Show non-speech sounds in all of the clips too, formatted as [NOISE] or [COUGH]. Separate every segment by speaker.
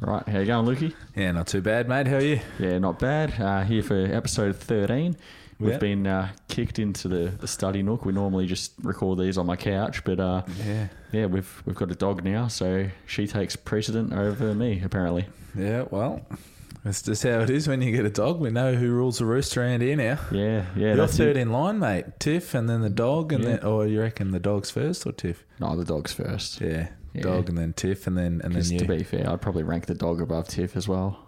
Speaker 1: Right, how you going, Lukey?
Speaker 2: Yeah, not too bad, mate. How are you?
Speaker 1: Yeah, not bad. Uh, here for episode 13. We've
Speaker 2: Yeah.
Speaker 1: been uh, kicked into the, the study nook. We normally just record these on my couch, but uh,
Speaker 2: Yeah.
Speaker 1: yeah, we've we've got a dog now, so she takes precedent over me, apparently.
Speaker 2: Yeah, well, that's just how it is when you get a dog. We know who rules the roost around here now.
Speaker 1: Yeah, yeah.
Speaker 2: You're
Speaker 1: that's
Speaker 2: third
Speaker 1: it.
Speaker 2: in line, mate. Tiff and then the dog, and
Speaker 1: Yeah.
Speaker 2: then, or you reckon the dog's first or Tiff?
Speaker 1: No, the dog's first.
Speaker 2: Yeah,
Speaker 1: Yeah.
Speaker 2: dog and then Tiff and then and then
Speaker 1: 'Cause
Speaker 2: you.
Speaker 1: to be fair, I'd probably rank the dog above Tiff as
Speaker 2: [LAUGHS]
Speaker 1: well.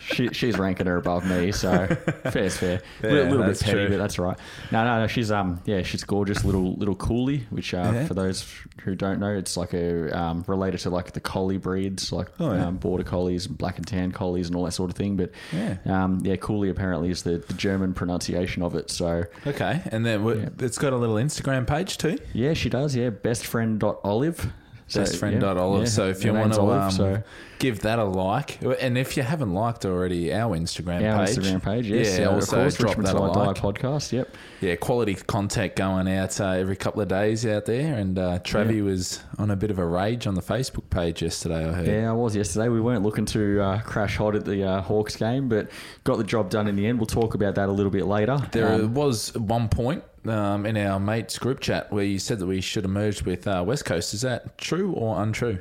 Speaker 1: she, she's ranking her above me, so fair's fair. A
Speaker 2: [LAUGHS] Yeah,
Speaker 1: little, bit
Speaker 2: that's
Speaker 1: petty,
Speaker 2: true.
Speaker 1: but that's all right. No, no, no. She's um, yeah, she's gorgeous, little little coolie. Which uh,
Speaker 2: Yeah.
Speaker 1: for those who don't know, it's like a um, related to like the collie breeds, like
Speaker 2: Oh, yeah.
Speaker 1: um, border collies, and black and tan collies, and all that sort of thing. But
Speaker 2: Yeah.
Speaker 1: um, yeah, coolie apparently is the, the German pronunciation of it. So
Speaker 2: Okay, and then we- it's got a little Instagram page too.
Speaker 1: yeah, she does. Yeah, bestfriend.olive. So,
Speaker 2: Best friend
Speaker 1: yeah,
Speaker 2: dot Olive.
Speaker 1: yeah,
Speaker 2: So if
Speaker 1: her
Speaker 2: you want
Speaker 1: name's
Speaker 2: to
Speaker 1: Olive,
Speaker 2: um,
Speaker 1: so-
Speaker 2: give that a like, and if you haven't liked already our Instagram
Speaker 1: our
Speaker 2: page,
Speaker 1: Instagram page. Yes,
Speaker 2: yeah,
Speaker 1: uh,
Speaker 2: also
Speaker 1: of course,
Speaker 2: drop
Speaker 1: Richmond
Speaker 2: that a
Speaker 1: Till I
Speaker 2: like.
Speaker 1: Die podcast. Yep.
Speaker 2: Yeah, quality content going out uh, every couple of days out there. And uh, Travie was on a bit of a rage on the Facebook page yesterday. I heard.
Speaker 1: Yeah, I was yesterday. We weren't looking to uh, crash hot at the uh, Hawks game, but got the job done in the end. We'll talk about that a little bit later.
Speaker 2: There
Speaker 1: Um,
Speaker 2: was one point um, in our mates group chat where you said that we should have merged with uh, West Coast. Is that true or untrue?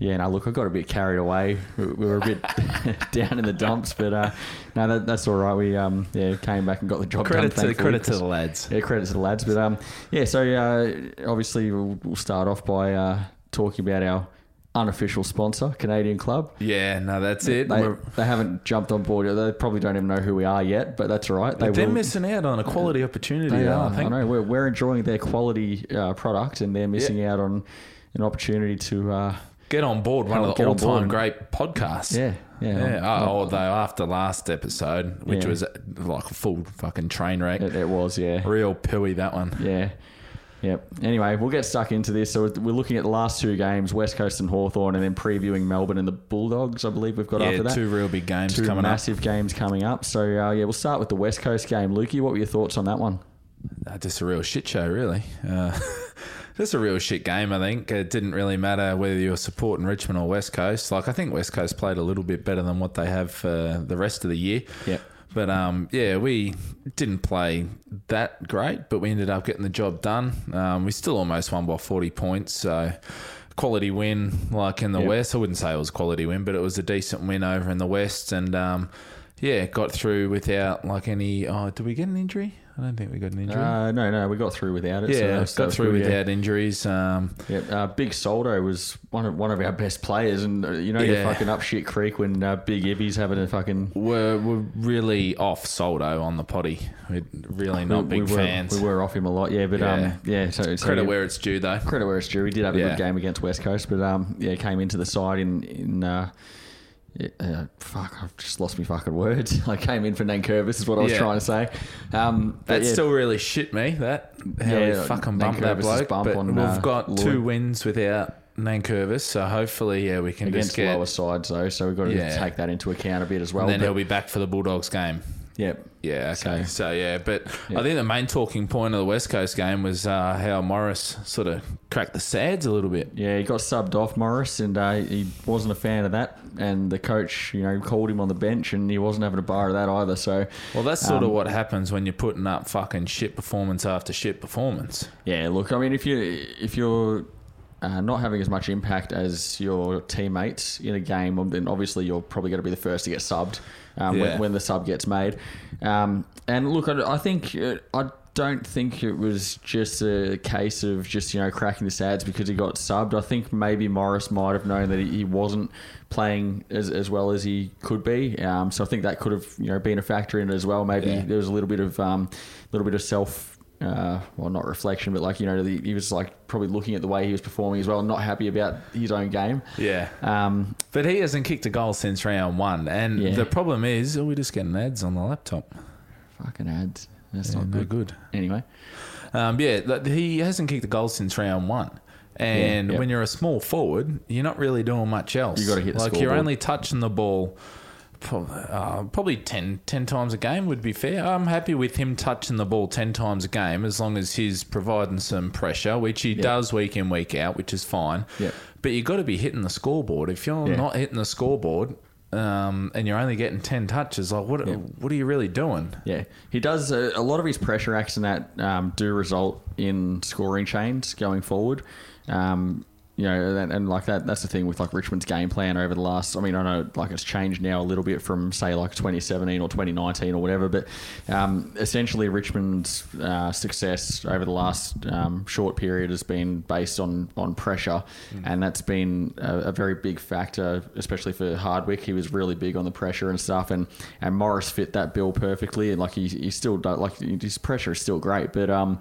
Speaker 1: yeah, no, look, I got a bit carried away. We, we were a bit [LAUGHS] down in the dumps, but uh, no, that, that's all right. We um, yeah, came back and got the job done.
Speaker 2: Credit to
Speaker 1: thankfully,
Speaker 2: credit to
Speaker 1: 'cause-
Speaker 2: the lads.
Speaker 1: Yeah, credit to the lads. But um, yeah, so uh, obviously we'll, we'll start off by uh, talking about our unofficial sponsor, Canadian Club.
Speaker 2: Yeah, no, that's it.
Speaker 1: They,
Speaker 2: We're-
Speaker 1: they haven't jumped on board. yet. They probably don't even know who we are yet, but that's all right. They
Speaker 2: They're
Speaker 1: will-
Speaker 2: missing out on a quality opportunity.
Speaker 1: They
Speaker 2: though,
Speaker 1: are.
Speaker 2: I
Speaker 1: I,
Speaker 2: think.
Speaker 1: know. We're, we're enjoying their quality uh, product, and they're missing out on an opportunity to. Uh,
Speaker 2: Get on board one
Speaker 1: Hell,
Speaker 2: of
Speaker 1: get
Speaker 2: the
Speaker 1: on
Speaker 2: all-time
Speaker 1: board.
Speaker 2: great podcasts.
Speaker 1: yeah, yeah.
Speaker 2: Yeah. Oh, although after last episode, which
Speaker 1: Yeah.
Speaker 2: was uh, like a full fucking train wreck,
Speaker 1: It, it was. Yeah.
Speaker 2: real pooey that one.
Speaker 1: Yeah. Yep. Anyway, we'll get stuck into this. So we're looking at the last two games, West Coast and Hawthorn, and then previewing Melbourne and the Bulldogs. I believe we've got
Speaker 2: Yeah,
Speaker 1: after that.
Speaker 2: two real big games
Speaker 1: Two
Speaker 2: coming up.
Speaker 1: massive games coming up. So uh, yeah, we'll start with the West Coast game. Lukey, what were your thoughts on that one?
Speaker 2: Uh, just a real shit show, really. Uh, [LAUGHS] just a real shit game, I think. It didn't really matter whether you were supporting Richmond or West Coast. Like, I think West Coast played a little bit better than what they have for the rest of the year.
Speaker 1: Yep.
Speaker 2: But um, yeah, we didn't play that great, but we ended up getting the job done. Um, we still almost won by 40 points. So, quality win, like in the
Speaker 1: Yep.
Speaker 2: West. I wouldn't say it was a quality win, but it was a decent win over in the West. And um, yeah, got through without like any. Oh, did we get an injury? I don't think we got an injury.
Speaker 1: Uh, no, no, we got through without it. so that
Speaker 2: Hmm? Yeah,
Speaker 1: was- that
Speaker 2: got
Speaker 1: was
Speaker 2: through
Speaker 1: good, yeah.
Speaker 2: without injuries. Um,
Speaker 1: Yep, uh, Big Soldo was one of one of our best players, and uh, you know you're
Speaker 2: Yeah.
Speaker 1: fucking up shit creek when uh, Big Ibby's having a fucking
Speaker 2: we're, we're really off Soldo on the potty. We're really not
Speaker 1: we,
Speaker 2: big
Speaker 1: we were,
Speaker 2: fans.
Speaker 1: We were off him a lot, yeah. But
Speaker 2: Yeah.
Speaker 1: um, yeah, so, so
Speaker 2: Credit
Speaker 1: yeah,
Speaker 2: where it's due, though.
Speaker 1: credit where it's due. He did have a
Speaker 2: Yeah.
Speaker 1: good game against West Coast, but um, yeah, came into the side in in. Uh, yeah, uh, fuck, I've just lost my fucking words. [LAUGHS] I came in for Nankervis, is what I was
Speaker 2: Yeah.
Speaker 1: trying to say. Um, but
Speaker 2: That
Speaker 1: yeah,
Speaker 2: still really shit me. That how
Speaker 1: Yeah,
Speaker 2: we
Speaker 1: like,
Speaker 2: fucking bumped that
Speaker 1: Nankervis'
Speaker 2: bloke.
Speaker 1: bump
Speaker 2: but
Speaker 1: on,
Speaker 2: we've
Speaker 1: uh,
Speaker 2: got
Speaker 1: Lloyd.
Speaker 2: two wins without Nankervis, so hopefully, yeah, we can
Speaker 1: against
Speaker 2: just get.
Speaker 1: lower sides though, so we've got to
Speaker 2: Yeah.
Speaker 1: take that into account a bit as well.
Speaker 2: and then
Speaker 1: but-
Speaker 2: he'll be back for the Bulldogs game.
Speaker 1: yep.
Speaker 2: Yeah, okay.
Speaker 1: So-
Speaker 2: So, yeah, but
Speaker 1: Yeah.
Speaker 2: I think the main talking point of the West Coast game was uh, how Morris sort of cracked the sads a little bit.
Speaker 1: Yeah, he got subbed off Morris, and uh, he wasn't a fan of that. And the coach, you know, called him on the bench, and he wasn't having a bar of that either. So,
Speaker 2: Well, that's sort
Speaker 1: Um,
Speaker 2: of what happens when you're putting up fucking shit performance after shit performance.
Speaker 1: yeah, look, I mean, if you if you're uh, not having as much impact as your teammates in a game, then obviously you're probably going to be the first to get subbed um,
Speaker 2: Yeah.
Speaker 1: when, when the sub gets made. Um, and look, I, I think uh, I don't think it was just a case of just you know cracking the sads because he got subbed. I think maybe Morris might have known that he, he wasn't playing as, as well as he could be. Um, so I think that could have you know been a factor in it as well. Maybe
Speaker 2: Yeah.
Speaker 1: there was a little bit of um, little bit of self. Uh, well, not reflection, but like you know, the, he was like probably looking at the way he was performing as well, and not happy about his own game.
Speaker 2: Yeah.
Speaker 1: Um,
Speaker 2: But he hasn't kicked a goal since round one. And
Speaker 1: Yeah.
Speaker 2: the problem is, oh, we're just getting ads on the laptop.
Speaker 1: fucking ads. That's
Speaker 2: Yeah,
Speaker 1: not
Speaker 2: no
Speaker 1: good.
Speaker 2: good.
Speaker 1: Anyway,
Speaker 2: Um, yeah, like, he hasn't kicked a goal since round one. And
Speaker 1: Yeah, yeah.
Speaker 2: when you're a small forward, you're not really doing much else.
Speaker 1: You gotta hit the
Speaker 2: Like, you're
Speaker 1: scoreboard.
Speaker 2: only touching the ball prob- uh, probably 10, 10 times a game would be fair. I'm happy with him touching the ball 10 times a game as long as he's providing some pressure, which he does week in, week out, which is fine.
Speaker 1: Yeah.
Speaker 2: But you've got to be hitting the scoreboard. If you're
Speaker 1: Yeah.
Speaker 2: not hitting the scoreboard um, and you're only getting 10 touches, like what, what are you really doing?
Speaker 1: Yeah, he does a, a lot of his pressure acts and that um, do result in scoring chains going forward. Um, you know, and, and like that, that's the thing with like Richmond's game plan over the last. I mean, I know like it's changed now a little bit from say like 2017 or 2019 or whatever, but um, essentially Richmond's uh, success over the last um, short period has been based on on pressure, and that's been a, a very big factor, especially for Hardwick. He was really big on the pressure and stuff, and and Morris fit that bill perfectly. And like he, he still do, like his pressure is still great, but um,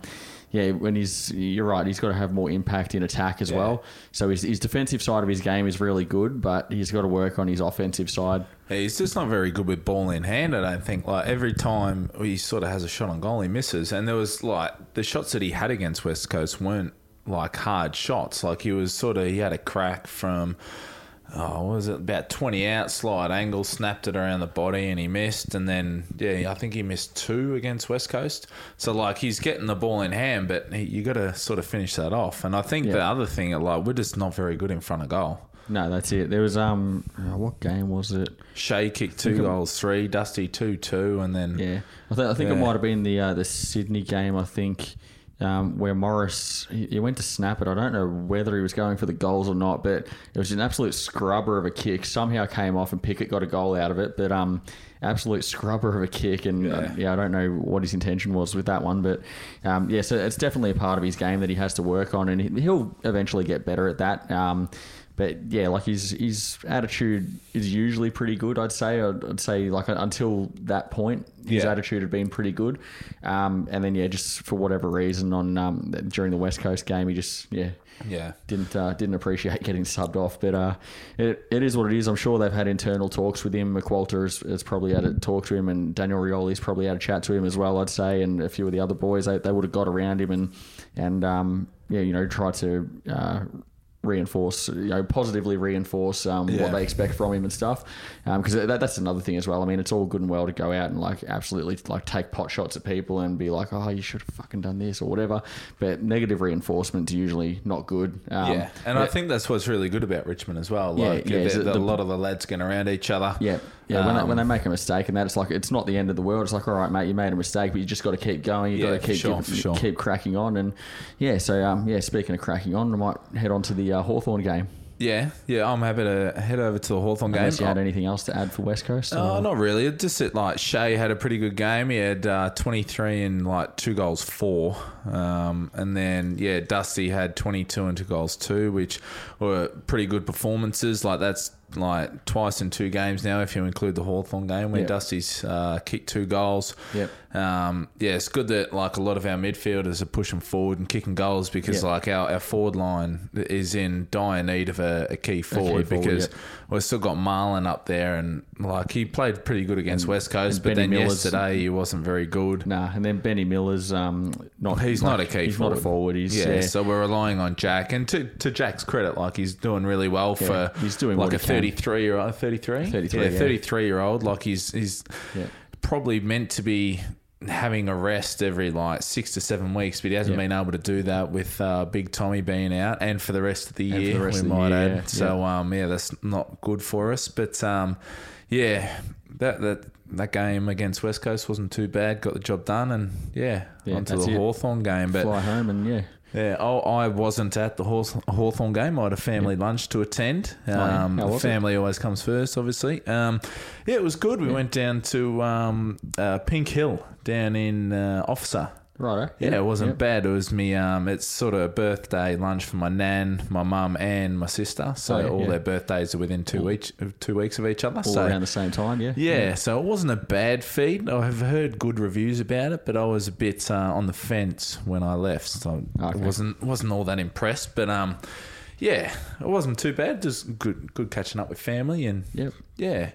Speaker 1: yeah, when he's you're right, he's got to have more impact in attack as well. So his, his defensive side of his game is really good, but he's got to work on his offensive side.
Speaker 2: Yeah, he's just not very good with ball in hand. I don't think. Like every time he sort of has a shot on goal, he misses. And there was like the shots that he had against West Coast weren't like hard shots. Like he was sort of he had a crack from. Oh, what was it about twenty out slide angle? Snapped it around the body and he missed. And then yeah, I think he missed two against West Coast. So like he's getting the ball in hand, but he, you got to sort of finish that off. And I think the other thing, like we're just not very good in front of goal.
Speaker 1: No, that's it. There was um, oh, what game was it?
Speaker 2: Shea kicked two goals, three. Dusty two two, and then
Speaker 1: Yeah, I, th- I think it
Speaker 2: Yeah.
Speaker 1: might have been the uh, the Sydney game. I think um, where Morris he, he went to snap it. I don't know whether he was going for the goals or not, but it was an absolute scrubber of a kick. Somehow came off and Pickett got a goal out of it, but um, absolute scrubber of a kick. And yeah, uh,
Speaker 2: Yeah.
Speaker 1: yeah I don't know what his intention was with that one, but um, yeah, so it's definitely a part of his game that he has to work on, and he- he'll eventually get better at that. Um, but yeah, like his his attitude is usually pretty good. I'd say. I'd, I'd say like until that point, his
Speaker 2: Yeah.
Speaker 1: attitude had been pretty good. Um, and then yeah, just for whatever reason on um, during the West Coast game, he just yeah
Speaker 2: yeah.
Speaker 1: didn't uh, didn't appreciate [LAUGHS] getting subbed off. But uh, it, it is what it is. I'm sure they've had internal talks with him. McWalter has, has probably had a
Speaker 2: Mm.
Speaker 1: talk to him, and Daniel Rioli's probably had a chat to him as well. I'd say, and a few of the other boys, they, they would have got around him and and um, yeah, you know, tried to. Uh, Reinforce, you know, positively reinforce um,
Speaker 2: Yeah.
Speaker 1: what they expect from him and stuff, because that, that's another thing as well. I mean, it's all good and well to go out and like absolutely like take pot shots at people and be like, oh, you should have fucking done this or whatever, but negative reinforcement's usually not good. Um,
Speaker 2: yeah, and I think that's what's really good about Richmond as well.
Speaker 1: Yeah,
Speaker 2: Like
Speaker 1: yeah, is
Speaker 2: the-
Speaker 1: it
Speaker 2: the-
Speaker 1: the-
Speaker 2: a lot of the lads getting around each other.
Speaker 1: Yeah, yeah. when, they,
Speaker 2: Um,
Speaker 1: when they make a mistake and that, it's like it's not the end of the world. It's like, all right, mate, you made a mistake, but you just got to keep going. You
Speaker 2: Yeah,
Speaker 1: got to
Speaker 2: for
Speaker 1: keep
Speaker 2: sure,
Speaker 1: giving-
Speaker 2: for sure.
Speaker 1: keep cracking on. And yeah, so um, yeah. Speaking of cracking on, I might head on to the uh, Hawthorn game.
Speaker 2: yeah, yeah. I'm happy to head over to the Hawthorn game.
Speaker 1: Unless you had anything else to add for West Coast? or-
Speaker 2: Oh, not really. It just it, like Shea had a pretty good game. He had uh, 23 and like two goals, four. Um, and then, yeah, Dusty had 22 and two goals, two, which were pretty good performances. Like that's like twice in two games now, if you include the Hawthorn game, where
Speaker 1: Yep.
Speaker 2: Dusty's uh, kicked two goals.
Speaker 1: Yep.
Speaker 2: Um, yeah, it's good that like a lot of our midfielders are pushing forward and kicking goals
Speaker 1: Yep.
Speaker 2: because like our, our forward line is in dire need of a, a key forward
Speaker 1: forward,
Speaker 2: because
Speaker 1: yep.
Speaker 2: we've still got Marlin up there, and like he played pretty good against West Coast, but
Speaker 1: Benny
Speaker 2: then
Speaker 1: Miller's-
Speaker 2: yesterday he wasn't very good.
Speaker 1: Nah, and then Benny Miller's um, not.
Speaker 2: He's
Speaker 1: like,
Speaker 2: not a key
Speaker 1: He's
Speaker 2: forward.
Speaker 1: not a forward. He's
Speaker 2: yeah,
Speaker 1: yeah.
Speaker 2: so we're relying on Jack, and to, to Jack's credit, like he's doing really well
Speaker 1: Yeah,
Speaker 2: for
Speaker 1: he's doing
Speaker 2: like
Speaker 1: what
Speaker 2: a
Speaker 1: he can.
Speaker 2: thirty three year old, thirty three,
Speaker 1: 33,
Speaker 2: yeah,
Speaker 1: yeah.
Speaker 2: thirty three year old. Like he's he's
Speaker 1: Yeah.
Speaker 2: probably meant to be having a rest every like six to seven weeks, but he hasn't
Speaker 1: Yeah.
Speaker 2: been able to do that with uh, Big Tommy being out, and for the rest of the
Speaker 1: for
Speaker 2: year,
Speaker 1: the rest
Speaker 2: we
Speaker 1: of the
Speaker 2: might
Speaker 1: year,
Speaker 2: add.
Speaker 1: yeah.
Speaker 2: So um, yeah, that's not good for us. But um, yeah, that that that game against West Coast wasn't too bad. Got the job done, and yeah,
Speaker 1: Yeah,
Speaker 2: onto
Speaker 1: that's
Speaker 2: the
Speaker 1: it.
Speaker 2: Hawthorn game. But
Speaker 1: fly home and yeah.
Speaker 2: yeah, oh, I wasn't at the Haw- Hawthorn game. I had a family lunch to attend.
Speaker 1: yeah?
Speaker 2: Um,
Speaker 1: How
Speaker 2: the
Speaker 1: was it?
Speaker 2: family always comes first, obviously. Um, yeah, it was good. We went down to um, uh, Pink Hill down in uh, Officer.
Speaker 1: Righto.
Speaker 2: Yeah, it wasn't
Speaker 1: Yep.
Speaker 2: bad. It was me. Um, it's sort of a birthday lunch for my nan, my mum, and my sister. So
Speaker 1: Oh, yeah,
Speaker 2: all
Speaker 1: yeah.
Speaker 2: their birthdays are within two each two weeks of each other.
Speaker 1: All
Speaker 2: so
Speaker 1: around the same time. Yeah.
Speaker 2: yeah, so it wasn't a bad feed. I have heard good reviews about it, but I was a bit uh, on the fence when I left. So I
Speaker 1: Okay.
Speaker 2: wasn't wasn't all that impressed. But um, yeah, it wasn't too bad. Just good good catching up with family and
Speaker 1: Yep.
Speaker 2: yeah,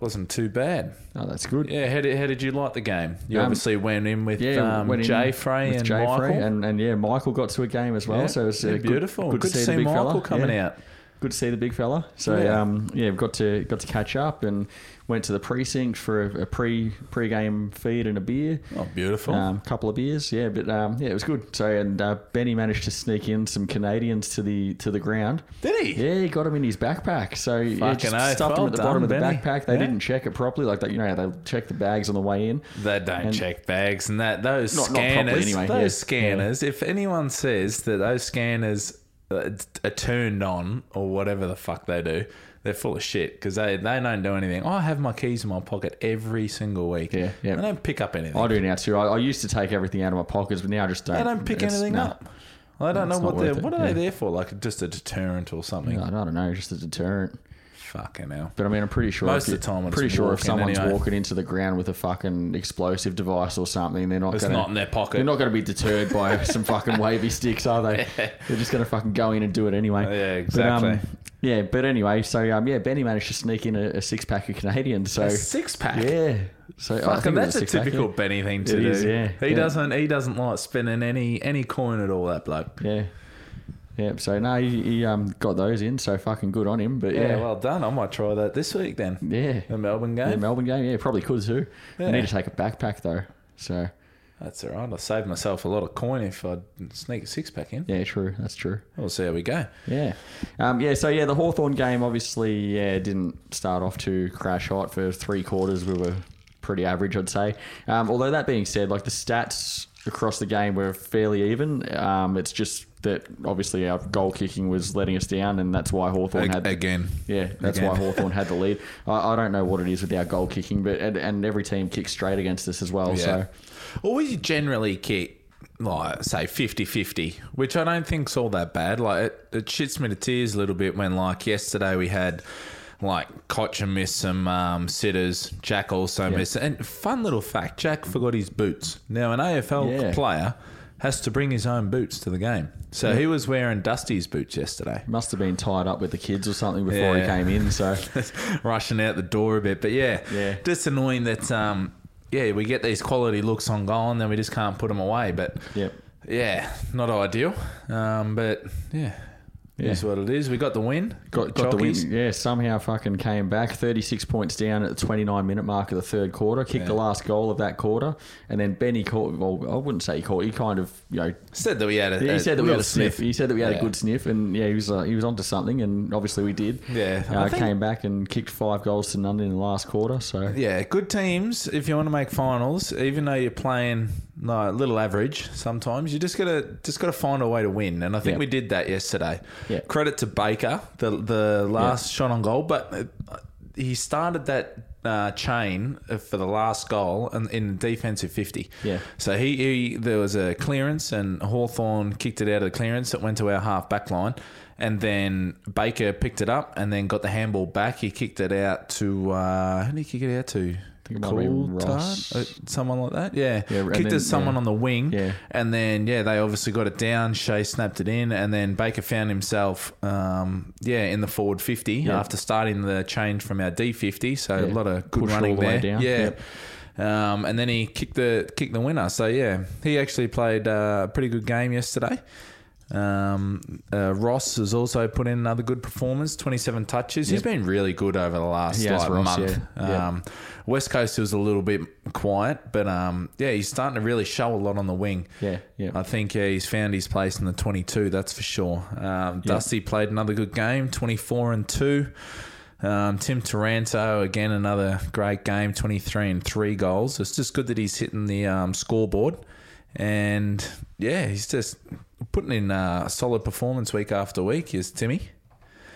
Speaker 2: wasn't too bad.
Speaker 1: Oh, that's good.
Speaker 2: Yeah, how did, how did you like the game? You
Speaker 1: Um,
Speaker 2: obviously went in with um,
Speaker 1: went in
Speaker 2: Jay Frey
Speaker 1: with
Speaker 2: and
Speaker 1: Jay
Speaker 2: Michael.
Speaker 1: Frey and, and yeah, Michael got to a game as well.
Speaker 2: Yeah,
Speaker 1: so it was uh,
Speaker 2: yeah,
Speaker 1: good-
Speaker 2: beautiful. Good, to see,
Speaker 1: the big
Speaker 2: Michael
Speaker 1: fella.
Speaker 2: coming
Speaker 1: yeah.
Speaker 2: out.
Speaker 1: good to see the big fella. So
Speaker 2: Yeah.
Speaker 1: um, yeah, we've got to got to catch up and went to the precinct for a, a pre pre game feed and a beer.
Speaker 2: Oh, beautiful.
Speaker 1: Um, couple of beers, yeah, but um, yeah, it was good. So, and uh, Benny managed to sneak in some Canadians to the to the ground.
Speaker 2: Did he?
Speaker 1: Yeah, he got them in his backpack. So yeah,
Speaker 2: Fucking
Speaker 1: just
Speaker 2: oath.
Speaker 1: stuffed
Speaker 2: Well
Speaker 1: them at the
Speaker 2: done,
Speaker 1: bottom of the
Speaker 2: Benny.
Speaker 1: backpack. They
Speaker 2: Yeah.
Speaker 1: didn't check it properly, like that. You know, they check the bags on the way in.
Speaker 2: They don't
Speaker 1: And-
Speaker 2: check bags and that those
Speaker 1: Not- not properly
Speaker 2: scanners.
Speaker 1: anyway,
Speaker 2: those
Speaker 1: yeah.
Speaker 2: scanners. If anyone says that those scanners uh, t- are turned on or whatever the fuck they do, they're full of shit because they, they don't do anything. I have my keys in my pocket every single week.
Speaker 1: Yeah, yeah.
Speaker 2: I don't pick up anything.
Speaker 1: I do now too. I, I used to take everything out of my pockets, but now I just don't.
Speaker 2: I don't pick
Speaker 1: It's-
Speaker 2: anything
Speaker 1: no.
Speaker 2: up. I don't know
Speaker 1: It's not
Speaker 2: what they're.
Speaker 1: worth it,
Speaker 2: What are
Speaker 1: yeah.
Speaker 2: they there for? Like just a deterrent or something?
Speaker 1: I don't know, just a deterrent.
Speaker 2: Fucking hell.
Speaker 1: But I mean, I'm pretty sure. if
Speaker 2: Most of the
Speaker 1: you-
Speaker 2: time it's
Speaker 1: pretty sure if
Speaker 2: walking
Speaker 1: someone's
Speaker 2: anyway.
Speaker 1: walking into the ground with a fucking explosive device or something, they're not.
Speaker 2: It's
Speaker 1: gonna,
Speaker 2: not in their pocket.
Speaker 1: They're not going to be deterred
Speaker 2: [LAUGHS]
Speaker 1: by some fucking wavy sticks, are they? They're just going to fucking go in and do it anyway.
Speaker 2: Oh, Yeah,
Speaker 1: But, um,
Speaker 2: exactly.
Speaker 1: yeah, but anyway, so um, yeah, Benny managed to sneak in a, a six pack of Canadians. So
Speaker 2: A six pack.
Speaker 1: yeah, so I
Speaker 2: Fucking,
Speaker 1: think it was
Speaker 2: that's a
Speaker 1: six-pack,
Speaker 2: typical
Speaker 1: yeah.
Speaker 2: Benny thing to
Speaker 1: It
Speaker 2: do.
Speaker 1: is, yeah,
Speaker 2: He
Speaker 1: yeah.
Speaker 2: doesn't. He doesn't like spending any any coin at all. That bloke.
Speaker 1: Yeah. Yeah, so no, he, he um, got those in, so fucking good on him. But yeah,
Speaker 2: Yeah, well done. I might try that this week then.
Speaker 1: yeah,
Speaker 2: The Melbourne game.
Speaker 1: Yeah, Melbourne game, yeah, probably could too.
Speaker 2: Yeah.
Speaker 1: I need to take a backpack though, so
Speaker 2: That's all right. I'll save myself a lot of coin if I sneak a six pack in.
Speaker 1: yeah, true, that's true.
Speaker 2: We'll see how we go.
Speaker 1: Yeah. Um, yeah, so yeah, the Hawthorn game obviously yeah, didn't start off too crash hot for three quarters. We were pretty average, I'd say. Um, although that being said, like the stats across the game were fairly even. Um, it's just that obviously our goal kicking was letting us down, and that's why Hawthorn had
Speaker 2: Again.
Speaker 1: yeah, that's
Speaker 2: Again.
Speaker 1: why Hawthorn had the lead.
Speaker 2: [LAUGHS]
Speaker 1: I, I don't know what it is with our goal kicking, but and, and every team kicks straight against us as well. So
Speaker 2: Well, we generally kick, like, say 50 50, which I don't think's all that bad. Like, it, it shits me to tears a little bit when, like, yesterday we had. Like Kocha missed some um, sitters. Jack also missed. And fun little fact: Jack forgot his boots. Now an AFL
Speaker 1: Yeah.
Speaker 2: player has to bring his own boots to the game, so he was wearing Dusty's boots yesterday. [LAUGHS]
Speaker 1: must have been tied up with the kids or something before he
Speaker 2: Yeah.
Speaker 1: came in. So
Speaker 2: rushing out the door a bit. But yeah,
Speaker 1: Yeah.
Speaker 2: just annoying that um, yeah, we get these quality looks on goal and then we just can't put them away. But
Speaker 1: Yep.
Speaker 2: yeah, not ideal. Um, but yeah,
Speaker 1: Yeah.
Speaker 2: is what it is. We got the win.
Speaker 1: got, got the
Speaker 2: Jockeys.
Speaker 1: win. Yeah, somehow fucking came back. 36 points down at the 29 minute mark of the third quarter. Kicked the last goal of that quarter, and then Benny caught. Well, I wouldn't say he caught. He kind of you know
Speaker 2: Said that we had a.
Speaker 1: Yeah,
Speaker 2: a
Speaker 1: he said that we
Speaker 2: real
Speaker 1: had a sniff. He said that we had
Speaker 2: Yeah.
Speaker 1: a good sniff, and yeah, he was uh, he was onto something, and obviously we did.
Speaker 2: Yeah, I
Speaker 1: uh,
Speaker 2: think-
Speaker 1: came back and kicked five goals to none in the last quarter. So
Speaker 2: Yeah, good teams. If you want to make finals, even though you're playing no a little average, sometimes you just gotta just gotta find a way to win. And I think
Speaker 1: Yeah.
Speaker 2: we did that yesterday.
Speaker 1: Yeah.
Speaker 2: Credit to Baker, the the last shot on goal, but uh, he started that uh, chain for the last goal in, in defensive fifty.
Speaker 1: Yeah.
Speaker 2: So he, he there was a clearance and Hawthorn kicked it out of the clearance. It went to our half back line. And then Baker picked it up and then got the handball back. He kicked it out to uh, who did he kick it out to?
Speaker 1: think it might be
Speaker 2: Coulthard?
Speaker 1: Ross.
Speaker 2: Uh, someone like that. Yeah,
Speaker 1: Yeah, and
Speaker 2: kicked
Speaker 1: then-
Speaker 2: it to someone
Speaker 1: yeah.
Speaker 2: on the wing.
Speaker 1: Yeah.
Speaker 2: and then yeah, they obviously got it down. Shea snapped it in, and then Baker found himself um, yeah in the forward fifty after starting the change from our D fifty. So a
Speaker 1: Yeah.
Speaker 2: lot of good
Speaker 1: Pushed all
Speaker 2: running
Speaker 1: the
Speaker 2: there.
Speaker 1: way down.
Speaker 2: Yeah.
Speaker 1: Yep.
Speaker 2: Um, and then he kicked the kicked the winner. So yeah, he actually played uh, a pretty good game yesterday. Um, uh, Ross has also put in another good performance, 27 touches. He's been really good over the last
Speaker 1: He has,
Speaker 2: like,
Speaker 1: Ross,
Speaker 2: month.
Speaker 1: yeah. Yeah.
Speaker 2: Um, West Coast was a little bit quiet, but um, yeah, he's starting to really show a lot on the wing.
Speaker 1: Yeah, yeah.
Speaker 2: I think yeah, he's found his place in the 22. That's for sure. Um, Dusty played another good game, 24 and two. Um, Tim Taranto again another great game, 23 and three goals. It's just good that he's hitting the um, scoreboard, and yeah, he's just putting in uh, a solid performance week after week. Is Timmy?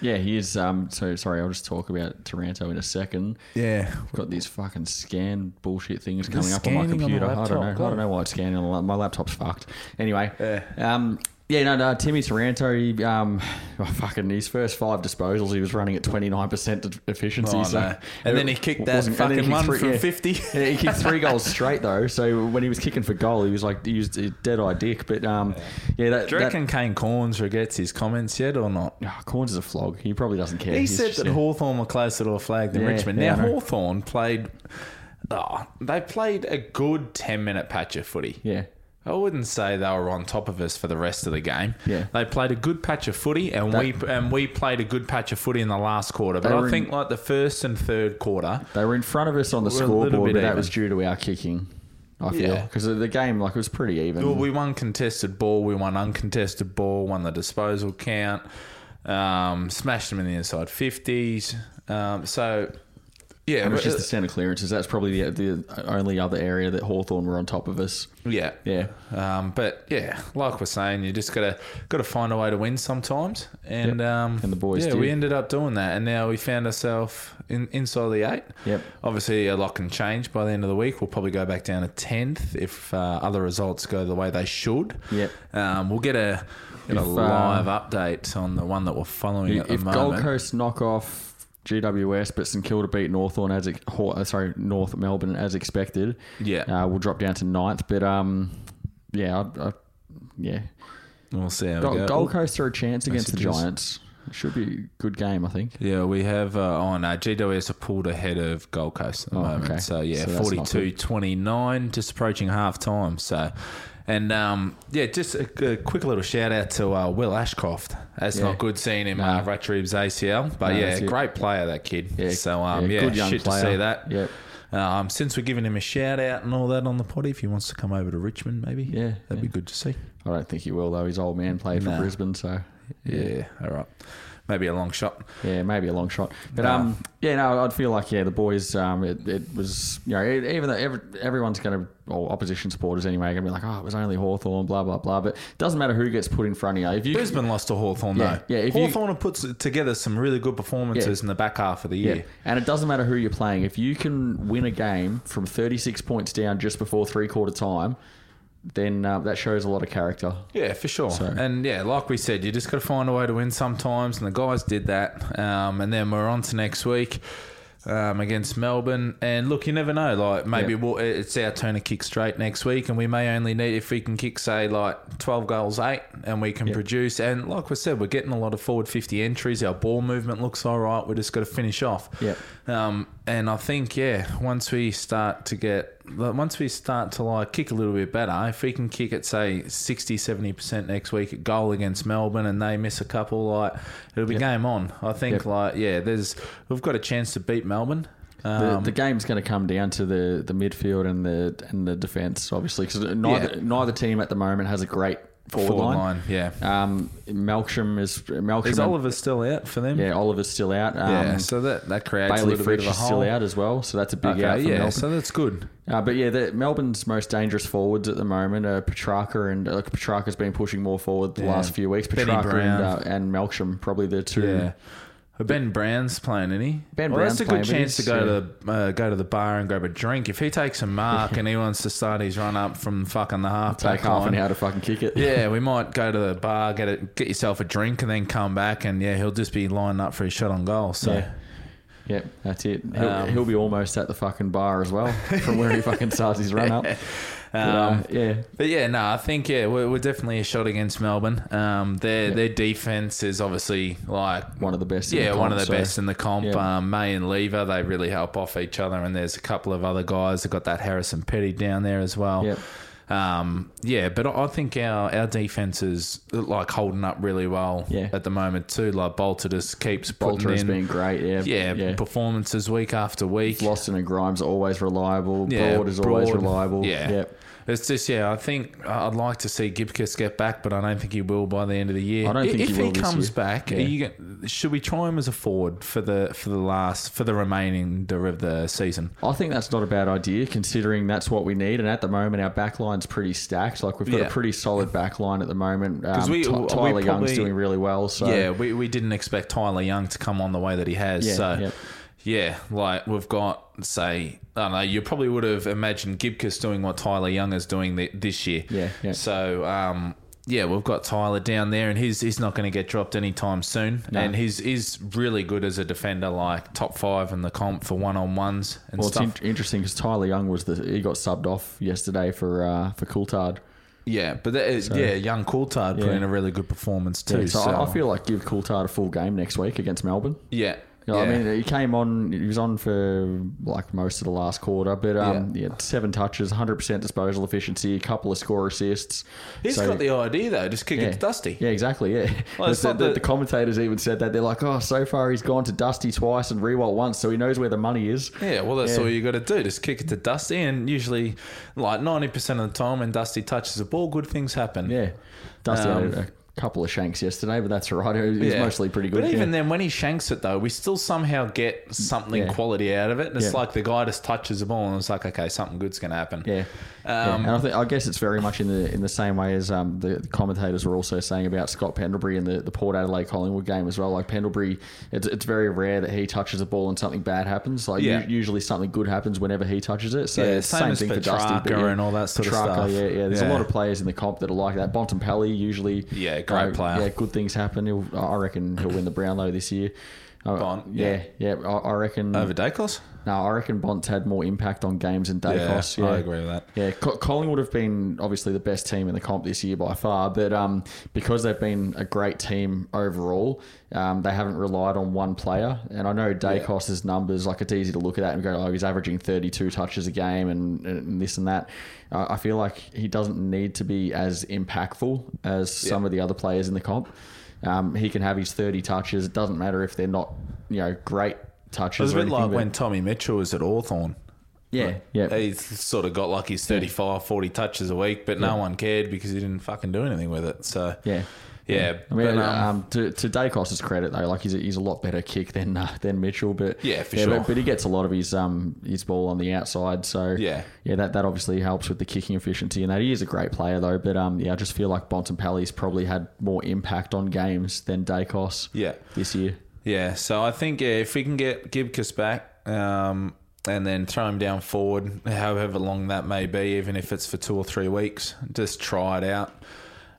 Speaker 1: yeah, he is. Um, so sorry, I'll just talk about Toronto in a second.
Speaker 2: Yeah,
Speaker 1: Got these fucking scan bullshit things coming up on
Speaker 2: scanning
Speaker 1: my
Speaker 2: on the
Speaker 1: computer. I
Speaker 2: laptop,
Speaker 1: don't know. I
Speaker 2: God.
Speaker 1: don't know why it's scanning. On the, la- my laptop's fucked. Anyway.
Speaker 2: Yeah.
Speaker 1: Um, yeah, no, no. Timmy Taranto, he, um, [SIGHS] oh, fucking his first five disposals, he was running at 29% efficiency.
Speaker 2: Oh,
Speaker 1: so
Speaker 2: no. And then he kicked that
Speaker 1: wasn't- and then
Speaker 2: fucking
Speaker 1: he kicked
Speaker 2: one
Speaker 1: three-
Speaker 2: from 50.
Speaker 1: yeah, he kicked three goals straight, though. So when he was kicking for goal, he was like, he used a dead eye dick. But um, yeah, that.
Speaker 2: Do you
Speaker 1: that-
Speaker 2: reckon Kane Corns regrets his comments yet or not?
Speaker 1: Ah, Corns is a flog. He probably doesn't care.
Speaker 2: He
Speaker 1: He's
Speaker 2: said
Speaker 1: just-
Speaker 2: that
Speaker 1: yeah.
Speaker 2: Hawthorn were closer to a flag than
Speaker 1: Yeah,
Speaker 2: Richmond.
Speaker 1: yeah,
Speaker 2: Now,
Speaker 1: I know.
Speaker 2: Hawthorn played. Oh, they played a good 10 minute patch of footy.
Speaker 1: Yeah.
Speaker 2: I wouldn't say they were on top of us for the rest of the game.
Speaker 1: Yeah.
Speaker 2: They played a good patch of footy and
Speaker 1: That-
Speaker 2: we and we played a good patch of footy in the last quarter. But
Speaker 1: They
Speaker 2: I
Speaker 1: were in-
Speaker 2: think like the first and third quarter,
Speaker 1: They were in front of us on the
Speaker 2: We're a little
Speaker 1: scoreboard, but
Speaker 2: bit
Speaker 1: that
Speaker 2: even.
Speaker 1: was due to our kicking. I feel
Speaker 2: Yeah.
Speaker 1: because the game like it was pretty even.
Speaker 2: well, we won contested ball, we won uncontested ball, won the disposal count, um, smashed them in the inside fifties. Um, so yeah,
Speaker 1: and it was
Speaker 2: but- uh,
Speaker 1: just the centre clearances. That's probably the, the only other area that Hawthorn were on top of us.
Speaker 2: yeah,
Speaker 1: Yeah,
Speaker 2: Um, but yeah, like we're saying, you just gotta gotta find a way to win sometimes. And um,
Speaker 1: And the boys
Speaker 2: yeah,
Speaker 1: did.
Speaker 2: we ended up doing that, and now we found ourselves in, inside the eight.
Speaker 1: Yep.
Speaker 2: Obviously, a lot can change by the end of the week. We'll probably go back down to tenth if uh, other results go the way they should.
Speaker 1: Yep.
Speaker 2: Um, we'll get a get a
Speaker 1: If, uh,
Speaker 2: live update on the one that we're following at the
Speaker 1: if
Speaker 2: moment.
Speaker 1: Gold Coast knock off GWS, but St Kilda beat Northorn as ex- Haw- uh, sorry North Melbourne as expected,
Speaker 2: Yeah.
Speaker 1: uh, we'll drop down to ninth. But um, yeah, I, I, yeah,
Speaker 2: we'll see how we
Speaker 1: Gold,
Speaker 2: go.
Speaker 1: Gold Coast are a chance against the
Speaker 2: Messages.
Speaker 1: Giants. Should be a good game, I think.
Speaker 2: Yeah, we have uh, on uh, GWS are pulled ahead of Gold Coast at the
Speaker 1: Oh,
Speaker 2: moment.
Speaker 1: okay.
Speaker 2: So yeah,
Speaker 1: So that's not
Speaker 2: 42 29, just approaching half time. So, and um, yeah, just a, a quick little shout out to uh, Will Ashcroft. That's
Speaker 1: Yeah.
Speaker 2: not good seeing him uh, rat ribs ACL, but
Speaker 1: No,
Speaker 2: yeah,
Speaker 1: that's it.
Speaker 2: great player that kid.
Speaker 1: Yeah,
Speaker 2: So um,
Speaker 1: yeah,
Speaker 2: yeah,
Speaker 1: good young
Speaker 2: shit
Speaker 1: player.
Speaker 2: to see that.
Speaker 1: Yep.
Speaker 2: Um, since we're giving him a shout out and all that on the potty, if he wants to come over to Richmond, maybe
Speaker 1: Yeah,
Speaker 2: that'd be good to see.
Speaker 1: I don't think he will though. His old man played
Speaker 2: Nah.
Speaker 1: for Brisbane, so
Speaker 2: Yeah. all right, maybe a long shot.
Speaker 1: yeah, maybe a long shot. But
Speaker 2: Nah.
Speaker 1: um, yeah, no, I'd feel like yeah, the boys. Um, it, it was you know it, even though every, everyone's going to or opposition supporters anyway going to be like oh it was only Hawthorn, blah blah blah. But it doesn't matter who gets put in front of you. If you
Speaker 2: Brisbane lost to Hawthorn
Speaker 1: Yeah,
Speaker 2: though.
Speaker 1: yeah, if you-
Speaker 2: Hawthorn have put together some really good performances in the back half of the year.
Speaker 1: Yeah. And it doesn't matter who you're playing. If you can win a game from 36 points down just before three quarter time, then uh, that shows a lot of character.
Speaker 2: Yeah, for sure. And yeah, like we said, you just got to find a way to win sometimes, and the guys did that. Um, and then we're on to next week um, against Melbourne. And look, you never know. Like maybe
Speaker 1: Yeah.
Speaker 2: we'll, it's our turn to kick straight next week, and we may only need if we can kick say like twelve goals eight, and we can produce. And like we said, we're getting a lot of forward fifty entries. Our ball movement looks all right. We just got to finish off.
Speaker 1: Yeah.
Speaker 2: Um, and I think yeah, once we start to get like, once we start to like kick a little bit better, if we can kick at say 60 70 percent next week at goal against Melbourne and they miss a couple, like it'll be game on. I think
Speaker 1: Yep.
Speaker 2: like yeah, there's we've got a chance to beat Melbourne.
Speaker 1: The,
Speaker 2: Um,
Speaker 1: the game's going to come down to the, the midfield and the and the defence, obviously, because neither,
Speaker 2: Yeah.
Speaker 1: neither team at the moment has a great forward,
Speaker 2: forward
Speaker 1: line.
Speaker 2: line, yeah.
Speaker 1: Um, Melksham is Melksham.
Speaker 2: Is
Speaker 1: and-
Speaker 2: Oliver still out for them?
Speaker 1: yeah, Oliver's still out. Um,
Speaker 2: Yeah, so that that creates a
Speaker 1: Bailey
Speaker 2: little
Speaker 1: Fritsch
Speaker 2: bit of
Speaker 1: is
Speaker 2: a hole.
Speaker 1: still out as well, so that's a big
Speaker 2: Okay,
Speaker 1: out for
Speaker 2: yeah,
Speaker 1: Melbourne.
Speaker 2: so that's good.
Speaker 1: Uh, but yeah, the, Melbourne's most dangerous forwards at the moment are Petrarca and uh, Petrarca's been pushing more forward the
Speaker 2: Yeah.
Speaker 1: last few weeks.
Speaker 2: Benny
Speaker 1: Petrarca and,
Speaker 2: Brown.
Speaker 1: uh, and Melksham probably the two.
Speaker 2: Yeah. Uh, Ben Brown's playing, isn't he?
Speaker 1: Ben
Speaker 2: well, that's
Speaker 1: Brown's
Speaker 2: a
Speaker 1: playing,
Speaker 2: good chance
Speaker 1: but
Speaker 2: to
Speaker 1: he's-
Speaker 2: go to the, uh, go to the bar and grab a drink. If he takes
Speaker 1: [LAUGHS]
Speaker 2: a mark and he wants to start his run up from fucking the half
Speaker 1: Take
Speaker 2: back
Speaker 1: half an
Speaker 2: line,
Speaker 1: hour to fucking kick it.
Speaker 2: yeah, we might go to the bar, get a, get yourself a drink, and then come back, and yeah, he'll just be lining up for his shot on goal. So
Speaker 1: Yeah. Yep, that's it. He'll,
Speaker 2: Um,
Speaker 1: he'll be almost at the fucking bar as
Speaker 2: [LAUGHS]
Speaker 1: well from where he fucking starts his run up. But, uh,
Speaker 2: Um,
Speaker 1: yeah.
Speaker 2: But yeah, no, I think yeah, we're, we're definitely a shot against Melbourne. Um, their their defense is obviously like
Speaker 1: One of the best in
Speaker 2: Yeah,
Speaker 1: the
Speaker 2: one
Speaker 1: comp,
Speaker 2: of
Speaker 1: so-
Speaker 2: the best in the comp.
Speaker 1: Yeah.
Speaker 2: Um, May and Lever they really help off each other, and there's a couple of other guys that got that Harrison Petty down there as well.
Speaker 1: Yep.
Speaker 2: Um, yeah, but I I think our our defense is like holding up really well
Speaker 1: Yeah.
Speaker 2: at the moment too. Like Bolter just keeps putting
Speaker 1: Bolter has
Speaker 2: in
Speaker 1: been great. Yeah.
Speaker 2: yeah, performances week after week.
Speaker 1: Lawson and Grimes are always reliable.
Speaker 2: Yeah,
Speaker 1: Broad is always
Speaker 2: Broad.
Speaker 1: reliable.
Speaker 2: Yeah.
Speaker 1: Yep.
Speaker 2: It's just yeah, I think I- I'd like to see Gibkiss get back, but I don't think he will by the end of the year.
Speaker 1: I don't
Speaker 2: I-
Speaker 1: think
Speaker 2: if
Speaker 1: he
Speaker 2: he,
Speaker 1: will this
Speaker 2: comes
Speaker 1: year.
Speaker 2: back, are
Speaker 1: Yeah.
Speaker 2: you go- should we try him as a forward for the for the last for the remainder of the season?
Speaker 1: I think that's not a bad idea, considering that's what we need. And at the moment, our back line's pretty stacked. Like we've got
Speaker 2: Yeah.
Speaker 1: a pretty solid back line at the moment. Um,
Speaker 2: we-
Speaker 1: Ty-
Speaker 2: we
Speaker 1: Tyler Young's
Speaker 2: probably-
Speaker 1: doing really well. So
Speaker 2: yeah, we, we didn't expect Tyler Young to come on the way that he has.
Speaker 1: Yeah,
Speaker 2: so,
Speaker 1: yep.
Speaker 2: yeah, like we've got, say, I don't know, you probably would have imagined Gibkiss doing what Tyler Young is doing th- this year.
Speaker 1: Yeah, yeah.
Speaker 2: So, um, yeah, we've got Tyler down there, and he's he's not going to get dropped anytime soon. And he's is really good as a defender, like top five in the comp for one on ones and
Speaker 1: well, it's
Speaker 2: stuff.
Speaker 1: in- interesting because Tyler Young was the he got subbed off yesterday for uh, for Coulthard.
Speaker 2: yeah, but that is, yeah, young Coulthard put
Speaker 1: Yeah.
Speaker 2: in a really good performance too.
Speaker 1: So, I I feel like give Coulthard a full game next week against Melbourne.
Speaker 2: Yeah,
Speaker 1: You know what I
Speaker 2: Yeah.
Speaker 1: mean, he came on. He was on for like most of the last quarter, but um, yeah, seven touches, hundred percent disposal efficiency, a couple of score assists.
Speaker 2: He's
Speaker 1: So-
Speaker 2: got the idea though. Just kick
Speaker 1: yeah.
Speaker 2: it to Dusty.
Speaker 1: Yeah, exactly. Yeah,
Speaker 2: Well, it's
Speaker 1: the,
Speaker 2: not
Speaker 1: the-
Speaker 2: that-
Speaker 1: the commentators even said that they're like, "Oh, so far he's gone to Dusty twice and Rewalt once, so he knows where the money is."
Speaker 2: Yeah, well, that's
Speaker 1: Yeah.
Speaker 2: all you got to do. Just kick it to Dusty, and usually, like ninety percent of the time, when Dusty touches the ball, good things happen.
Speaker 1: Yeah, Dusty
Speaker 2: Um,
Speaker 1: had a couple of shanks yesterday, but that's all right. He was
Speaker 2: Yeah.
Speaker 1: mostly pretty good.
Speaker 2: But even
Speaker 1: yeah.
Speaker 2: then, when he shanks it though, we still somehow get something
Speaker 1: Yeah.
Speaker 2: quality out of it. And it's
Speaker 1: Yeah.
Speaker 2: like the guy just touches the ball, and it's like, okay, something good's going to happen.
Speaker 1: yeah. Yeah,
Speaker 2: Um,
Speaker 1: and I, think, I guess it's very much in the in the same way as um, the, the commentators were also saying about Scott Pendlebury and the, the Port Adelaide Collingwood game as well. Like Pendlebury, it's, it's very rare that he touches the ball and something bad happens. Like
Speaker 2: Yeah.
Speaker 1: u- usually something good happens whenever he touches it. So
Speaker 2: Yeah,
Speaker 1: it's the
Speaker 2: same
Speaker 1: same,
Speaker 2: as
Speaker 1: thing for Dusty but
Speaker 2: Petrarca and all that sort of
Speaker 1: Petrarca,
Speaker 2: stuff.
Speaker 1: Yeah, yeah. There's
Speaker 2: Yeah.
Speaker 1: a lot of players in the comp that are like that. Bontempelli usually, uh,
Speaker 2: Yeah, great player.
Speaker 1: Yeah, good things happen. He'll, I reckon he'll win the Brownlow this year. Uh,
Speaker 2: Bont,
Speaker 1: yeah, yeah. I, I reckon
Speaker 2: Over Dacos?
Speaker 1: no, I reckon Bont's had more impact on games than Dacos. Yeah,
Speaker 2: I agree with that.
Speaker 1: Yeah, Co- Collingwood have been obviously the best team in the comp this year by far, but um, because they've been a great team overall, um, they haven't relied on one player. And I know Dacos's numbers, like it's easy to look at that and go, oh, he's averaging 32 touches a game and, and this and that. Uh, I feel like he doesn't need to be as impactful as some of the other players in the comp. Um, he can have his 30 touches. It doesn't matter if they're not, you know, great touches.
Speaker 2: It was a
Speaker 1: or
Speaker 2: bit
Speaker 1: anything,
Speaker 2: like
Speaker 1: but-
Speaker 2: when Tommy Mitchell was at Hawthorn.
Speaker 1: yeah, yeah,
Speaker 2: He's sort of got like his 35, 40 touches a week, but no one cared because he didn't fucking do anything with it. So,
Speaker 1: yeah.
Speaker 2: Yeah.
Speaker 1: I mean,
Speaker 2: but, um,
Speaker 1: um, to to Dacos's credit though, like he's a, he's a lot better kick than uh, than Mitchell, but
Speaker 2: Yeah, for sure.
Speaker 1: But, but he gets a lot of his um his ball on the outside, so
Speaker 2: Yeah.
Speaker 1: yeah, that, that obviously helps with the kicking efficiency, and that he is a great player though. But um, yeah, I just feel like Bontempelli's probably had more impact on games than Dacos
Speaker 2: yeah.
Speaker 1: this year.
Speaker 2: Yeah. So I think yeah, if we can get Gibcus back um, and then throw him down forward, however long that may be, even if it's for two or three weeks, just try it out.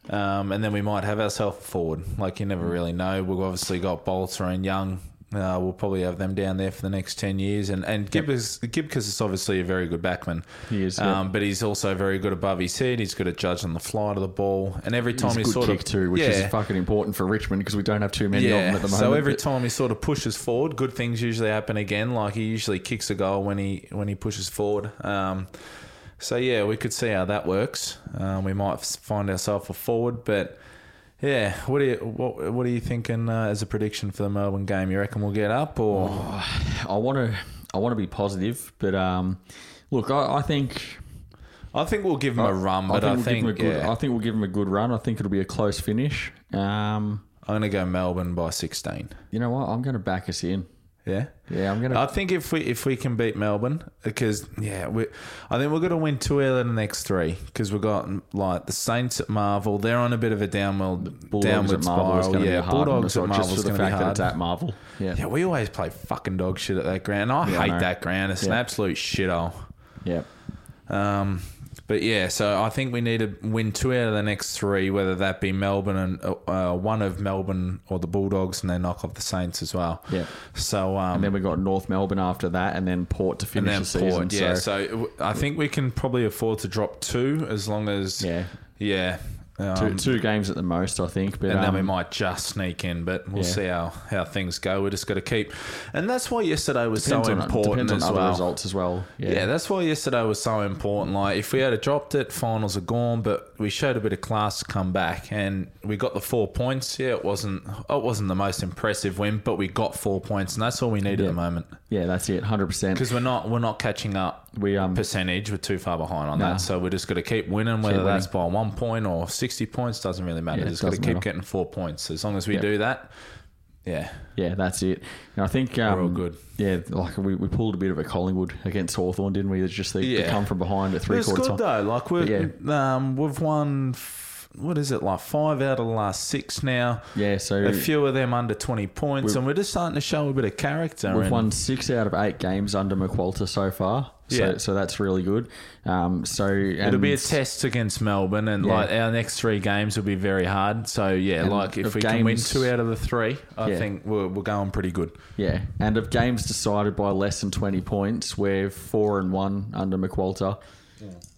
Speaker 2: Um, and then we might have ourselves a forward. Like you never really know. We've obviously got Bolter and Young. Uh, we'll probably have them down there for the next ten years. And and Gibcus, Gibcus is obviously a very good backman.
Speaker 1: He is, yeah.
Speaker 2: um, but he's also very good above his head. He's good at judging the flight of the ball. And every time
Speaker 1: He's a
Speaker 2: he's
Speaker 1: good
Speaker 2: sort
Speaker 1: kick
Speaker 2: of
Speaker 1: too, which
Speaker 2: Yeah.
Speaker 1: is fucking important for Richmond because we don't have too many of
Speaker 2: Yeah.
Speaker 1: them at the moment.
Speaker 2: so every
Speaker 1: but-
Speaker 2: time he sort of pushes forward, good things usually happen again. Like he usually kicks a goal when he when he pushes forward. Um, so yeah, we could see how that works. Um, we might s- find ourselves a forward, but yeah, what do you what what are you thinking uh, as a prediction for the Melbourne game? You reckon we'll get up or
Speaker 1: Oh. I want to I want to be positive, but um, look, I, I think
Speaker 2: I think we'll give him a run, but I
Speaker 1: we'll give
Speaker 2: think,
Speaker 1: him a good,
Speaker 2: yeah,
Speaker 1: I think we'll give him a good run. I think it'll be a close finish. Um,
Speaker 2: I'm gonna go Melbourne by 16.
Speaker 1: you know what? I'm going to back us in.
Speaker 2: Yeah.
Speaker 1: Yeah, I'm going to.
Speaker 2: I think if we if we can beat Melbourne, because yeah, we, I think we're going to win two out of the next three because we've got like the Saints at Marvel. They're on a bit of a downward
Speaker 1: Bulldogs
Speaker 2: downward
Speaker 1: at Marvel is
Speaker 2: spiral.
Speaker 1: going to
Speaker 2: yeah,
Speaker 1: be a hard one
Speaker 2: Bulldogs
Speaker 1: as well,
Speaker 2: at Marvel
Speaker 1: just
Speaker 2: is
Speaker 1: for the
Speaker 2: going to be
Speaker 1: fact that
Speaker 2: hard.
Speaker 1: it's at Marvel. Yeah,
Speaker 2: yeah, we always play fucking dog shit at that ground. I
Speaker 1: Yeah, I
Speaker 2: hate
Speaker 1: know.
Speaker 2: that ground. It's an
Speaker 1: Yeah.
Speaker 2: absolute shithole.
Speaker 1: yeah.
Speaker 2: Um, but yeah, so I think we need to win two out of the next three, whether that be Melbourne and uh, uh, one of Melbourne or the Bulldogs, and they knock off the Saints as well.
Speaker 1: Yeah.
Speaker 2: So um,
Speaker 1: And then we got North Melbourne after that, and then Port to
Speaker 2: and
Speaker 1: finish
Speaker 2: then
Speaker 1: the season.
Speaker 2: Port. Yeah, so, it w- I think we can probably afford to drop two as long as
Speaker 1: yeah,
Speaker 2: yeah.
Speaker 1: two,
Speaker 2: Um,
Speaker 1: two games at the most, I think. But
Speaker 2: and then we
Speaker 1: um,
Speaker 2: might just sneak in, but we'll
Speaker 1: Yeah.
Speaker 2: see how, how things go. We're just got to keep, and that's why yesterday was
Speaker 1: depends
Speaker 2: so
Speaker 1: on,
Speaker 2: important
Speaker 1: depends on
Speaker 2: as
Speaker 1: other
Speaker 2: well.
Speaker 1: results as well. Yeah,
Speaker 2: Yeah. that's why yesterday was so important. Like, if we had have dropped it, finals are gone, but we showed a bit of class to come back, and we got the four points. Yeah, it wasn't it wasn't the most impressive win, but we got four points, and that's all we need at
Speaker 1: Yeah.
Speaker 2: the moment
Speaker 1: yeah, that's it. Hundred percent.
Speaker 2: because we're not we're not catching up
Speaker 1: We um,
Speaker 2: percentage. We're too far behind on
Speaker 1: Nah.
Speaker 2: that. So we're just going to keep winning, whether
Speaker 1: winning.
Speaker 2: that's by one point or 60 points, doesn't really matter.
Speaker 1: Yeah, it
Speaker 2: just got to
Speaker 1: doesn't
Speaker 2: keep
Speaker 1: matter.
Speaker 2: getting four points. As long as we
Speaker 1: Yep.
Speaker 2: do that, yeah,
Speaker 1: yeah, that's it. And I think um,
Speaker 2: we're all good.
Speaker 1: Yeah, like we, we pulled a bit of a Collingwood against Hawthorn, didn't we? It's just they, they
Speaker 2: Yeah.
Speaker 1: come from behind at three
Speaker 2: It's
Speaker 1: quarters.
Speaker 2: good,
Speaker 1: time.
Speaker 2: though. Like,
Speaker 1: we're-
Speaker 2: we're, um, we've won, f- what is it, like five out of the last six now.
Speaker 1: Yeah, so
Speaker 2: A few of them under 20 points, and we're just starting to show a bit of character.
Speaker 1: We've
Speaker 2: and-
Speaker 1: won six out of eight games under McWalter so far. So,
Speaker 2: Yeah.
Speaker 1: so that's really good. Um, so
Speaker 2: It'll be a test against Melbourne, and
Speaker 1: Yeah.
Speaker 2: like our next three games will be very hard. So yeah,
Speaker 1: And
Speaker 2: like if
Speaker 1: of
Speaker 2: we can win
Speaker 1: games-
Speaker 2: two out of the three, I
Speaker 1: Yeah.
Speaker 2: think we're, we're going pretty good.
Speaker 1: Yeah, and of games decided by less than twenty points, we're four and one under McWalter.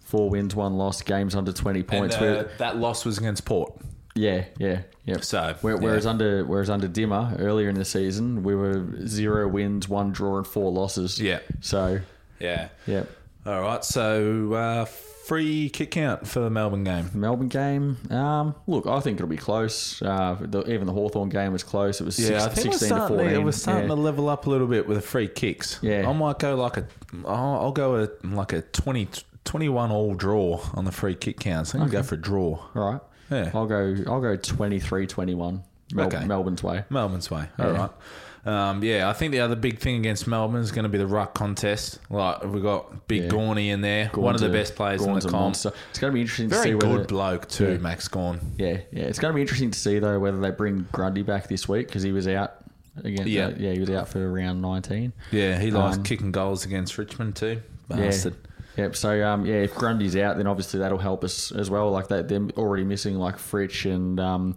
Speaker 1: Four wins, one loss. Games under twenty points.
Speaker 2: And, uh,
Speaker 1: We're-
Speaker 2: that loss was against Port.
Speaker 1: Yeah, yeah, yeah.
Speaker 2: So,
Speaker 1: Where-
Speaker 2: yeah.
Speaker 1: whereas under whereas under Dimmer earlier in the season, we were zero wins, one draw, and four losses.
Speaker 2: Yeah.
Speaker 1: So
Speaker 2: Yeah.
Speaker 1: yeah,
Speaker 2: All right. So uh, free kick out for the Melbourne game.
Speaker 1: Melbourne game. Um, look, I think it'll be close. Uh, the, even the Hawthorn game was close. It was six,
Speaker 2: it was
Speaker 1: sixteen to
Speaker 2: starting
Speaker 1: fourteen.
Speaker 2: it was starting
Speaker 1: yeah.
Speaker 2: to level up a little bit with the free kicks.
Speaker 1: Yeah.
Speaker 2: I might go like a, I'll, I'll go a like a 20, 21 all draw on the free kick counts. I think I'll go for a draw.
Speaker 1: All right.
Speaker 2: Yeah.
Speaker 1: I'll go. I'll go 23-21. Mel-
Speaker 2: Okay.
Speaker 1: Melbourne's way.
Speaker 2: Melbourne's way. All right. Um, yeah, I think the other big thing against Melbourne is going to be the ruck contest. Like we got Big
Speaker 1: Yeah.
Speaker 2: Gorney in there, one of the
Speaker 1: Gorn's a-
Speaker 2: best players
Speaker 1: Gorn's
Speaker 2: in
Speaker 1: a
Speaker 2: the comp.
Speaker 1: monster. It's going to be interesting to
Speaker 2: Very
Speaker 1: see
Speaker 2: good
Speaker 1: whether.
Speaker 2: bloke too, Max Gorn.
Speaker 1: Yeah, yeah. It's going to be interesting to see though whether they bring Grundy back this week because he was out again.
Speaker 2: Yeah.
Speaker 1: uh, yeah, he was out for round nineteen.
Speaker 2: Yeah, he likes
Speaker 1: Um,
Speaker 2: kicking goals against Richmond too. Bastard.
Speaker 1: Yeah. Yep. So um, yeah, if Grundy's out, then obviously that'll help us as well. Like that, they're already missing like Fritsch and um,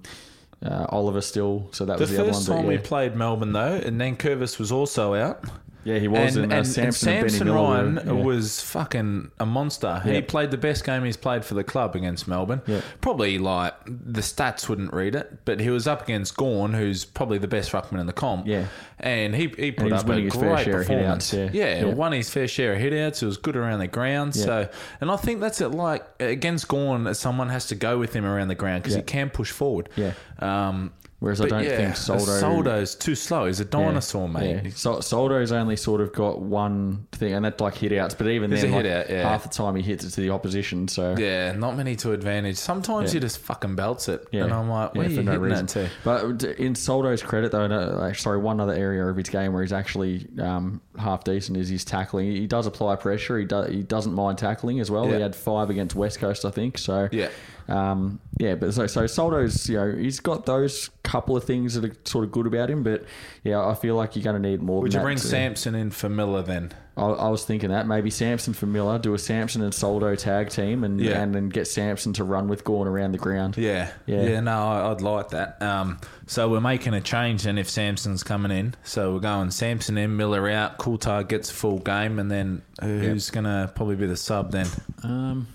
Speaker 1: uh, Oliver still. So that
Speaker 2: The,
Speaker 1: was the
Speaker 2: first
Speaker 1: other
Speaker 2: time
Speaker 1: one. But,
Speaker 2: we
Speaker 1: yeah.
Speaker 2: played Melbourne though, and then Curvis was also out.
Speaker 1: yeah, he was. And, uh, Sampson, and Benny Miller were-
Speaker 2: Ryan
Speaker 1: yeah.
Speaker 2: was fucking a monster. He
Speaker 1: Yeah.
Speaker 2: played the best game he's played for the club against Melbourne.
Speaker 1: Yeah.
Speaker 2: Probably like the stats wouldn't read it, but he was up against Gorn, who's probably the best ruckman in the comp.
Speaker 1: Yeah.
Speaker 2: and he he put
Speaker 1: he was
Speaker 2: up a
Speaker 1: winning
Speaker 2: great
Speaker 1: his fair share of
Speaker 2: performance.
Speaker 1: hitouts, yeah.
Speaker 2: yeah,
Speaker 1: Yeah.
Speaker 2: won his fair share of hitouts. It was good around the ground. So, and I think that's it. Like against Gorn, someone has to go with him around the ground because
Speaker 1: Yeah.
Speaker 2: he can push forward.
Speaker 1: Yeah.
Speaker 2: Um,
Speaker 1: Whereas I
Speaker 2: but
Speaker 1: don't
Speaker 2: yeah,
Speaker 1: think Soldo.
Speaker 2: Soldo's too slow. He's a dinosaur, mate.
Speaker 1: Yeah. So, Soldo's only sort of got one thing, and that's like hit outs. But even
Speaker 2: He's
Speaker 1: then,
Speaker 2: a
Speaker 1: like,
Speaker 2: hit out, yeah.
Speaker 1: half the time he hits it to the opposition. So
Speaker 2: Yeah, not many to advantage. Sometimes he just fucking belts it,
Speaker 1: Yeah.
Speaker 2: and I'm like, where
Speaker 1: Yeah,
Speaker 2: are you
Speaker 1: for no
Speaker 2: hitting
Speaker 1: reason.
Speaker 2: that to?
Speaker 1: But d- in Soldo's credit, though, no, like, sorry, one other area of his game where he's actually um, half decent is his tackling. He does apply pressure. He, do, he doesn't mind tackling as well.
Speaker 2: Yeah.
Speaker 1: He had five against West Coast, I think. So
Speaker 2: Yeah.
Speaker 1: um, yeah. But so so Soldo's, you know, he's got those couple of things that are sort of good about him. But yeah, I feel like you're going to need more.
Speaker 2: Would
Speaker 1: than
Speaker 2: you
Speaker 1: that
Speaker 2: bring
Speaker 1: to-
Speaker 2: Sampson in for Miller then?
Speaker 1: I, I was thinking that maybe Sampson for Miller do a Sampson and Soldo tag team, and
Speaker 2: Yeah.
Speaker 1: and then get Sampson to run with Gorn around the ground.
Speaker 2: Yeah,
Speaker 1: Yeah.
Speaker 2: no, I- I'd like that. Um, so we're making a change then if Sampson's coming in. So we're going Sampson in, Miller out, Coulthard gets a full game, and then who's gonna probably be the sub then?
Speaker 1: Um,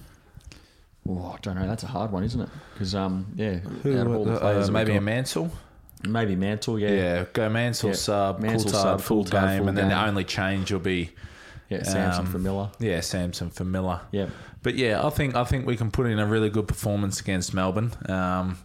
Speaker 1: oh, I don't know. That's a hard one, isn't it? Because um, yeah, out of all the
Speaker 2: Uh,
Speaker 1: players that we
Speaker 2: maybe a
Speaker 1: got-
Speaker 2: Mansell.
Speaker 1: maybe Mantle. Yeah,
Speaker 2: Yeah, go Mansell
Speaker 1: Yeah.
Speaker 2: sub,
Speaker 1: Mansell
Speaker 2: Coulthard
Speaker 1: sub,
Speaker 2: full
Speaker 1: Coulthard
Speaker 2: game,
Speaker 1: full
Speaker 2: and then the
Speaker 1: game.
Speaker 2: only change will be
Speaker 1: yeah Sampson
Speaker 2: Um,
Speaker 1: for Miller.
Speaker 2: yeah Sampson for Miller.
Speaker 1: Yeah,
Speaker 2: But yeah, I think I think we can put in a really good performance against Melbourne. Um,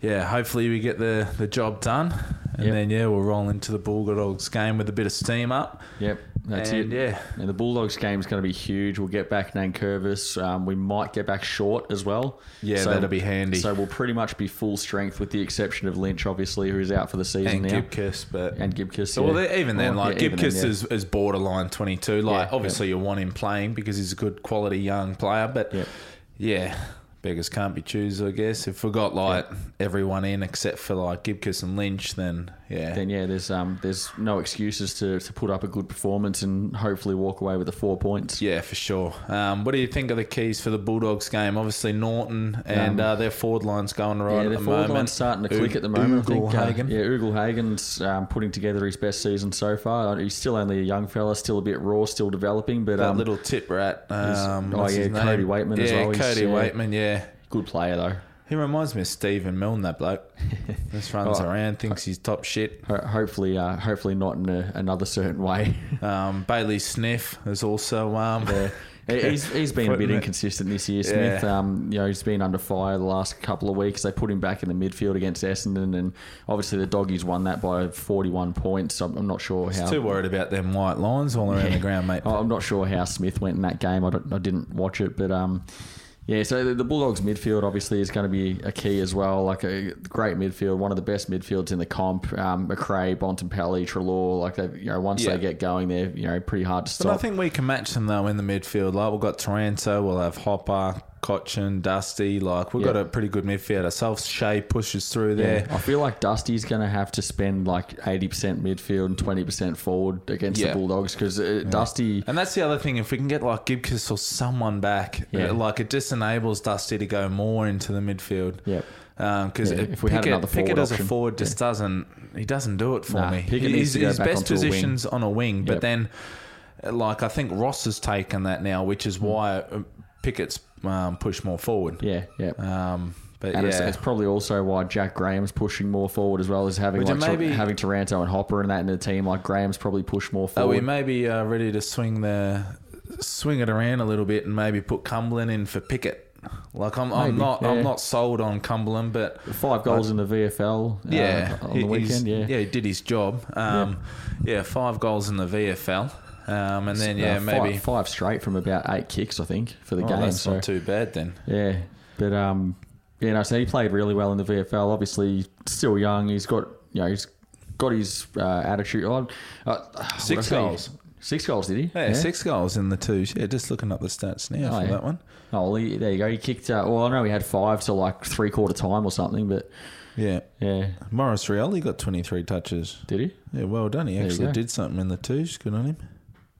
Speaker 2: yeah, hopefully we get the, the job done, and
Speaker 1: Yep.
Speaker 2: then yeah, we'll roll into the Bulldogs game with a bit of steam up.
Speaker 1: yep. That's
Speaker 2: and
Speaker 1: it.
Speaker 2: yeah,
Speaker 1: And the Bulldogs game is going to be huge. We'll get back Nan Curvis. Um, we might get back short as well.
Speaker 2: Yeah, that'll be handy.
Speaker 1: So we'll pretty much be full strength with the exception of Lynch, obviously, who's out for the season
Speaker 2: and
Speaker 1: now.
Speaker 2: Gibkiss, but
Speaker 1: and Gibkiss.
Speaker 2: well,
Speaker 1: yeah.
Speaker 2: they- even then,
Speaker 1: Well,
Speaker 2: like
Speaker 1: yeah, even then,
Speaker 2: Gibkiss
Speaker 1: yeah.
Speaker 2: is, is borderline twenty two. Like
Speaker 1: Yeah,
Speaker 2: obviously you want him playing because he's a good quality young player, but
Speaker 1: Yep.
Speaker 2: yeah. Beggars can't be choosers, I guess. If we got like everyone in except for like Gibkiss and Lynch, then yeah,
Speaker 1: Then yeah, there's um, there's no excuses to, to put up a good performance and hopefully walk away with the four points.
Speaker 2: Yeah, for sure. Um, what do you think of the keys for the Bulldogs game? Obviously, Norton and uh, their forward line's going right
Speaker 1: Um, Yeah,
Speaker 2: at
Speaker 1: the
Speaker 2: the
Speaker 1: forward
Speaker 2: moment.
Speaker 1: line's starting to
Speaker 2: U-
Speaker 1: click at the moment. I think, uh,
Speaker 2: Ugelhagen.
Speaker 1: yeah, Ugal Hagen's um, putting together his best season so far. Uh, He's still only a young fella, still a bit raw, still developing, but
Speaker 2: that
Speaker 1: um,
Speaker 2: little tip rat. Um,
Speaker 1: oh,
Speaker 2: what's
Speaker 1: yeah,
Speaker 2: his name?
Speaker 1: Cody Waitman
Speaker 2: yeah,
Speaker 1: as well. He's,
Speaker 2: Cody
Speaker 1: yeah.
Speaker 2: Waitman, yeah.
Speaker 1: good player though.
Speaker 2: He reminds me of Stephen Milne, that
Speaker 1: [LAUGHS]
Speaker 2: bloke. Just runs
Speaker 1: Oh.
Speaker 2: around, thinks he's top shit.
Speaker 1: Ho- hopefully, uh, hopefully not in a, another certain way. [LAUGHS]
Speaker 2: Um, Bailey Sniff is also. Um,
Speaker 1: Yeah. He- He's, he's been a bit
Speaker 2: Footnote.
Speaker 1: inconsistent this year, Smith. Um, you know, he's been under fire the last couple of weeks. They put him back in the midfield against Essendon, and obviously the doggies won that by 41 points. I'm, I'm not sure how.
Speaker 2: [LAUGHS] Too worried about them white lines all around the ground, mate.
Speaker 1: I- I'm not sure how Smith went in that game. I, don't, I didn't watch it, but um, yeah. So the, the Bulldogs midfield obviously is going to be a key as well. Like a great midfield, one of the best midfields in the comp. Um, McRae, Bontempelli, Trelaw. Like they, you know, once
Speaker 2: Yeah.
Speaker 1: they get going, they're you know pretty hard to stop.
Speaker 2: But I think we can match them though in the midfield. Like we've got Taranto, we'll have Hopper, Cochin, Dusty. Like we've
Speaker 1: Yeah.
Speaker 2: got a pretty good midfield. Self Shea pushes through
Speaker 1: Yeah.
Speaker 2: there.
Speaker 1: I feel like Dusty's going to have to spend like 80% midfield and 20% forward against
Speaker 2: Yeah. Uh,
Speaker 1: the Bulldogs because Dusty.
Speaker 2: And that's the other thing. If we can get like Gibkiss or someone back,
Speaker 1: Yeah.
Speaker 2: uh, like it just enables Dusty to go more into the midfield.
Speaker 1: Yep.
Speaker 2: Because
Speaker 1: Yeah,
Speaker 2: if we Pickett, had another
Speaker 1: forward
Speaker 2: Pickett as a
Speaker 1: option.
Speaker 2: forward just doesn't he doesn't do it for
Speaker 1: Nah,
Speaker 2: me.
Speaker 1: Pickett needs
Speaker 2: his
Speaker 1: to go
Speaker 2: his
Speaker 1: back
Speaker 2: best
Speaker 1: onto a wing.
Speaker 2: positions on a wing, but
Speaker 1: Yep.
Speaker 2: then uh, like I think Ross has
Speaker 1: Hmm.
Speaker 2: taken that now, which is why uh, Pickett's um, pushed more forward.
Speaker 1: Yeah, yeah.
Speaker 2: Um, But
Speaker 1: And it's,
Speaker 2: yeah.
Speaker 1: it's probably also why Jack Graham's pushing more forward as well as having
Speaker 2: Would you
Speaker 1: like, Tor-
Speaker 2: maybe-
Speaker 1: having Taranto and Hopper and that in the team. Like Graham's probably pushed more
Speaker 2: Are
Speaker 1: forward.
Speaker 2: we maybe uh, ready to swing the swing it around a little bit and maybe put Cumberland in for Pickett? Like I'm, I'm
Speaker 1: Maybe,
Speaker 2: not,
Speaker 1: yeah.
Speaker 2: I'm not sold on Cumberland, but
Speaker 1: Five goals in the VFL. uh,
Speaker 2: yeah,
Speaker 1: on the
Speaker 2: he- he's-
Speaker 1: weekend. Yeah.
Speaker 2: he did his job. Um, yeah. five goals in the VFL, um, and then yeah,
Speaker 1: Uh, five-
Speaker 2: maybe
Speaker 1: five, straight from about eight kicks, I think, for the
Speaker 2: Oh,
Speaker 1: game.
Speaker 2: that's
Speaker 1: So
Speaker 2: not too bad then.
Speaker 1: yeah, but um, you know, so he played really well in the VFL. Obviously, still young. He's got you know he's got his uh, attitude on. Uh, what'd
Speaker 2: Six
Speaker 1: I say?
Speaker 2: goals.
Speaker 1: Six goals, did he?
Speaker 2: Yeah, six goals in the two. Yeah, just looking up the stats now
Speaker 1: Oh,
Speaker 2: for
Speaker 1: yeah.
Speaker 2: that one.
Speaker 1: Oh, well, he, there you go. He kicked. Uh, well, I know he had five to like three quarter time or something, but
Speaker 2: Yeah,
Speaker 1: yeah,
Speaker 2: Morris Rioli got 23 touches.
Speaker 1: did he?
Speaker 2: Yeah, well done. He
Speaker 1: you
Speaker 2: actually
Speaker 1: go.
Speaker 2: did something in the twos. Good on him.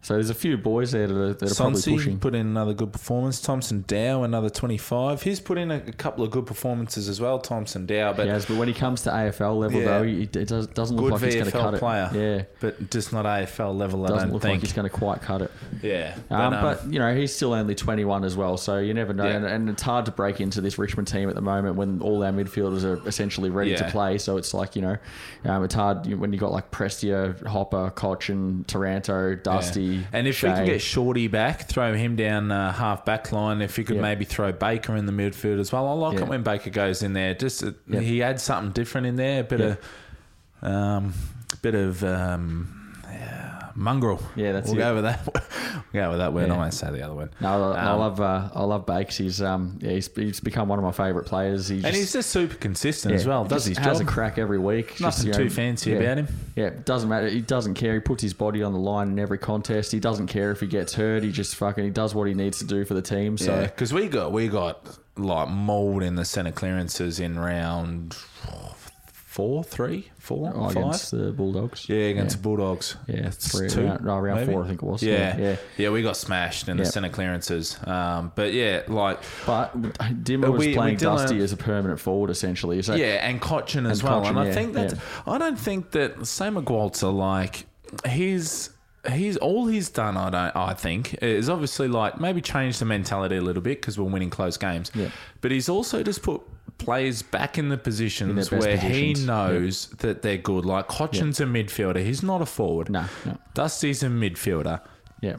Speaker 1: So there's a few boys there that are, that are probably
Speaker 2: Sonsi
Speaker 1: pushing.
Speaker 2: put in another good performance. Thompson Dow another 25. He's put in a, a couple of good performances as well. Thompson Dow, but
Speaker 1: But, yes, but when he comes to AFL level
Speaker 2: Yeah.
Speaker 1: though, he, it does, doesn't
Speaker 2: good
Speaker 1: look like he's going to
Speaker 2: VFL
Speaker 1: cut
Speaker 2: player.
Speaker 1: it.
Speaker 2: but just not AFL level.
Speaker 1: Yeah,
Speaker 2: I
Speaker 1: doesn't
Speaker 2: don't
Speaker 1: look like
Speaker 2: think.
Speaker 1: he's going to quite cut it.
Speaker 2: yeah,
Speaker 1: Um,
Speaker 2: um,
Speaker 1: but you know he's still only 21 as well, so you never know.
Speaker 2: Yeah.
Speaker 1: And, and it's hard to break into this Richmond team at the moment when all our midfielders are essentially ready to
Speaker 2: Yeah.
Speaker 1: play. So it's like you know, um, it's hard you- when you got like Prestia, Hopper, Cochin, Taranto, Dusty,
Speaker 2: Yeah. And if we
Speaker 1: Shea.
Speaker 2: could get Shorty back, throw him down uh, half back line. If you could
Speaker 1: Yeah.
Speaker 2: maybe throw Baker in the midfield as well. I like
Speaker 1: Yeah.
Speaker 2: it when Baker goes in there. Just uh,
Speaker 1: Yeah.
Speaker 2: he adds something different in there. A bit of, um, bit of um, yeah, mongrel.
Speaker 1: Yeah, that's it.
Speaker 2: we'll go with that. [LAUGHS] we'll go with that word.
Speaker 1: Yeah.
Speaker 2: I won't say the other word.
Speaker 1: no, I, I
Speaker 2: Um,
Speaker 1: love uh, I love Bakes. He's um yeah, he's, he's become one of my favourite players. He
Speaker 2: And
Speaker 1: just-
Speaker 2: he's just super consistent
Speaker 1: yeah,
Speaker 2: as well.
Speaker 1: he
Speaker 2: Does
Speaker 1: just
Speaker 2: his
Speaker 1: has
Speaker 2: job.
Speaker 1: a crack every week. Just,
Speaker 2: Nothing
Speaker 1: you know,
Speaker 2: too fancy
Speaker 1: yeah.
Speaker 2: about him.
Speaker 1: Yeah, it doesn't matter. He doesn't care. He puts his body on the line in every contest. He doesn't care if he gets hurt. He just fucking he does what he needs to do for the team. So
Speaker 2: So because we got we got like mauled in the centre clearances in round four, three, four,
Speaker 1: Oh,
Speaker 2: five.
Speaker 1: against the Bulldogs.
Speaker 2: Yeah, against the Bulldogs.
Speaker 1: Yeah,
Speaker 2: It's
Speaker 1: three, round- no, round four, I think it was.
Speaker 2: Yeah.
Speaker 1: Yeah,
Speaker 2: yeah,
Speaker 1: yeah.
Speaker 2: we got smashed in
Speaker 1: Yeah.
Speaker 2: the centre clearances. Um, but yeah, like
Speaker 1: But Dimmer
Speaker 2: Uh,
Speaker 1: was
Speaker 2: we- we
Speaker 1: playing
Speaker 2: don't-
Speaker 1: Dusty as a permanent forward essentially. So
Speaker 2: yeah, and Cochin as
Speaker 1: And
Speaker 2: well.
Speaker 1: Cochin,
Speaker 2: and I
Speaker 1: yeah,
Speaker 2: think that I don't think that Sam McWalter like he's he's all he's done. I don't. I think is obviously like maybe change the mentality a little bit because we're winning close games.
Speaker 1: Yeah.
Speaker 2: but he's also just put. Players back in the positions
Speaker 1: their best
Speaker 2: where
Speaker 1: positions, yeah.
Speaker 2: he knows that they're good. Like Cochin's a midfielder; he's not a forward.
Speaker 1: No, no.
Speaker 2: Dusty's a midfielder.
Speaker 1: yeah,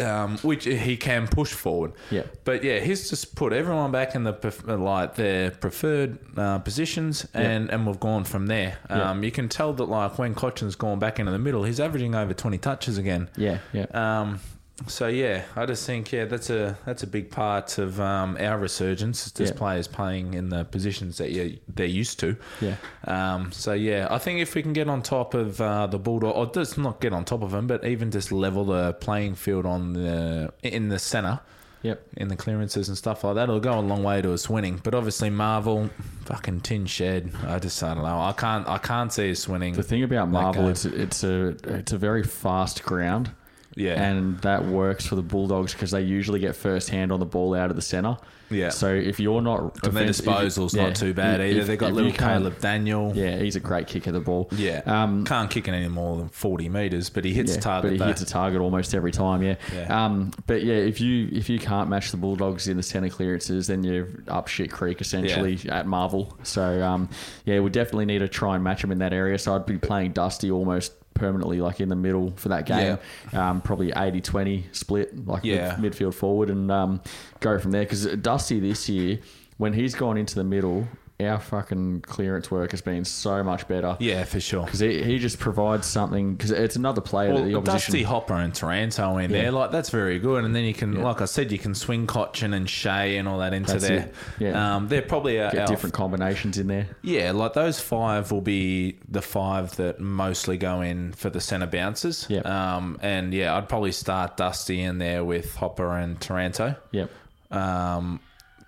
Speaker 2: um, which he can push forward.
Speaker 1: Yeah.
Speaker 2: But yeah, he's just put everyone back in the pref- like their preferred uh, positions, and, and we've gone from there. Um, You can tell that like when Cochin's gone back into the middle, he's averaging over twenty touches again.
Speaker 1: yeah, yeah.
Speaker 2: Um, so yeah, I just think yeah that's a that's a big part of um, our resurgence. Is just
Speaker 1: Yeah.
Speaker 2: players playing in the positions that you they're used to.
Speaker 1: Yeah.
Speaker 2: Um, so yeah, I think if we can get on top of uh, the bulldog, or just not get on top of them, but even just level the playing field on the in the center.
Speaker 1: Yep.
Speaker 2: In the clearances and stuff like that, it'll go a long way to us winning. But obviously, Marvel, fucking tin shed. I just I don't know. I can't I can't see us winning.
Speaker 1: The thing about Marvel,
Speaker 2: game.
Speaker 1: it's it's a it's a very fast ground.
Speaker 2: Yeah.
Speaker 1: and that works for the Bulldogs because they usually get first hand on the ball out of the center.
Speaker 2: Yeah.
Speaker 1: So if you're not
Speaker 2: and their
Speaker 1: defense- if you-
Speaker 2: disposal's
Speaker 1: yeah,
Speaker 2: not too bad
Speaker 1: if-
Speaker 2: either.
Speaker 1: if-
Speaker 2: They've got
Speaker 1: if
Speaker 2: little
Speaker 1: you can't-
Speaker 2: Caleb Daniel.
Speaker 1: Yeah, he's a great kick at the ball.
Speaker 2: Yeah.
Speaker 1: Um,
Speaker 2: Can't kick it any more than 40 metres, but he hits
Speaker 1: yeah,
Speaker 2: target.
Speaker 1: But he
Speaker 2: though.
Speaker 1: hits a target almost every time. Yeah.
Speaker 2: Yeah.
Speaker 1: Um, but yeah, if you if you can't match the Bulldogs in the centre clearances, then you're up shit creek essentially at Marvel. So um, yeah, we definitely need to try and match him in that area. So I'd be playing Dusty almost permanently, like in the middle for that game. Um, probably 80-20 split, like mid-
Speaker 2: Yeah.
Speaker 1: midfield forward, and um, go from there. Because Dusty this year, when he's gone into the middle. Our fucking clearance work has been so much better
Speaker 2: yeah, for sure.
Speaker 1: because he, he just provides something because it's another player that the
Speaker 2: Well,
Speaker 1: opposition.
Speaker 2: Dusty Hopper and Taranto in
Speaker 1: Yeah.
Speaker 2: there, like that's very good. And then you can, like I said, you can swing Cochin and Shea and all that into
Speaker 1: That's
Speaker 2: there.
Speaker 1: it. Yeah.
Speaker 2: Um, they're probably our,
Speaker 1: get
Speaker 2: our
Speaker 1: different combinations in there.
Speaker 2: Yeah, like those five will be the five that mostly go in for the centre bounces.
Speaker 1: Yep.
Speaker 2: Um, and yeah, I'd probably start Dusty in there with Hopper and Taranto.
Speaker 1: Yep.
Speaker 2: Um,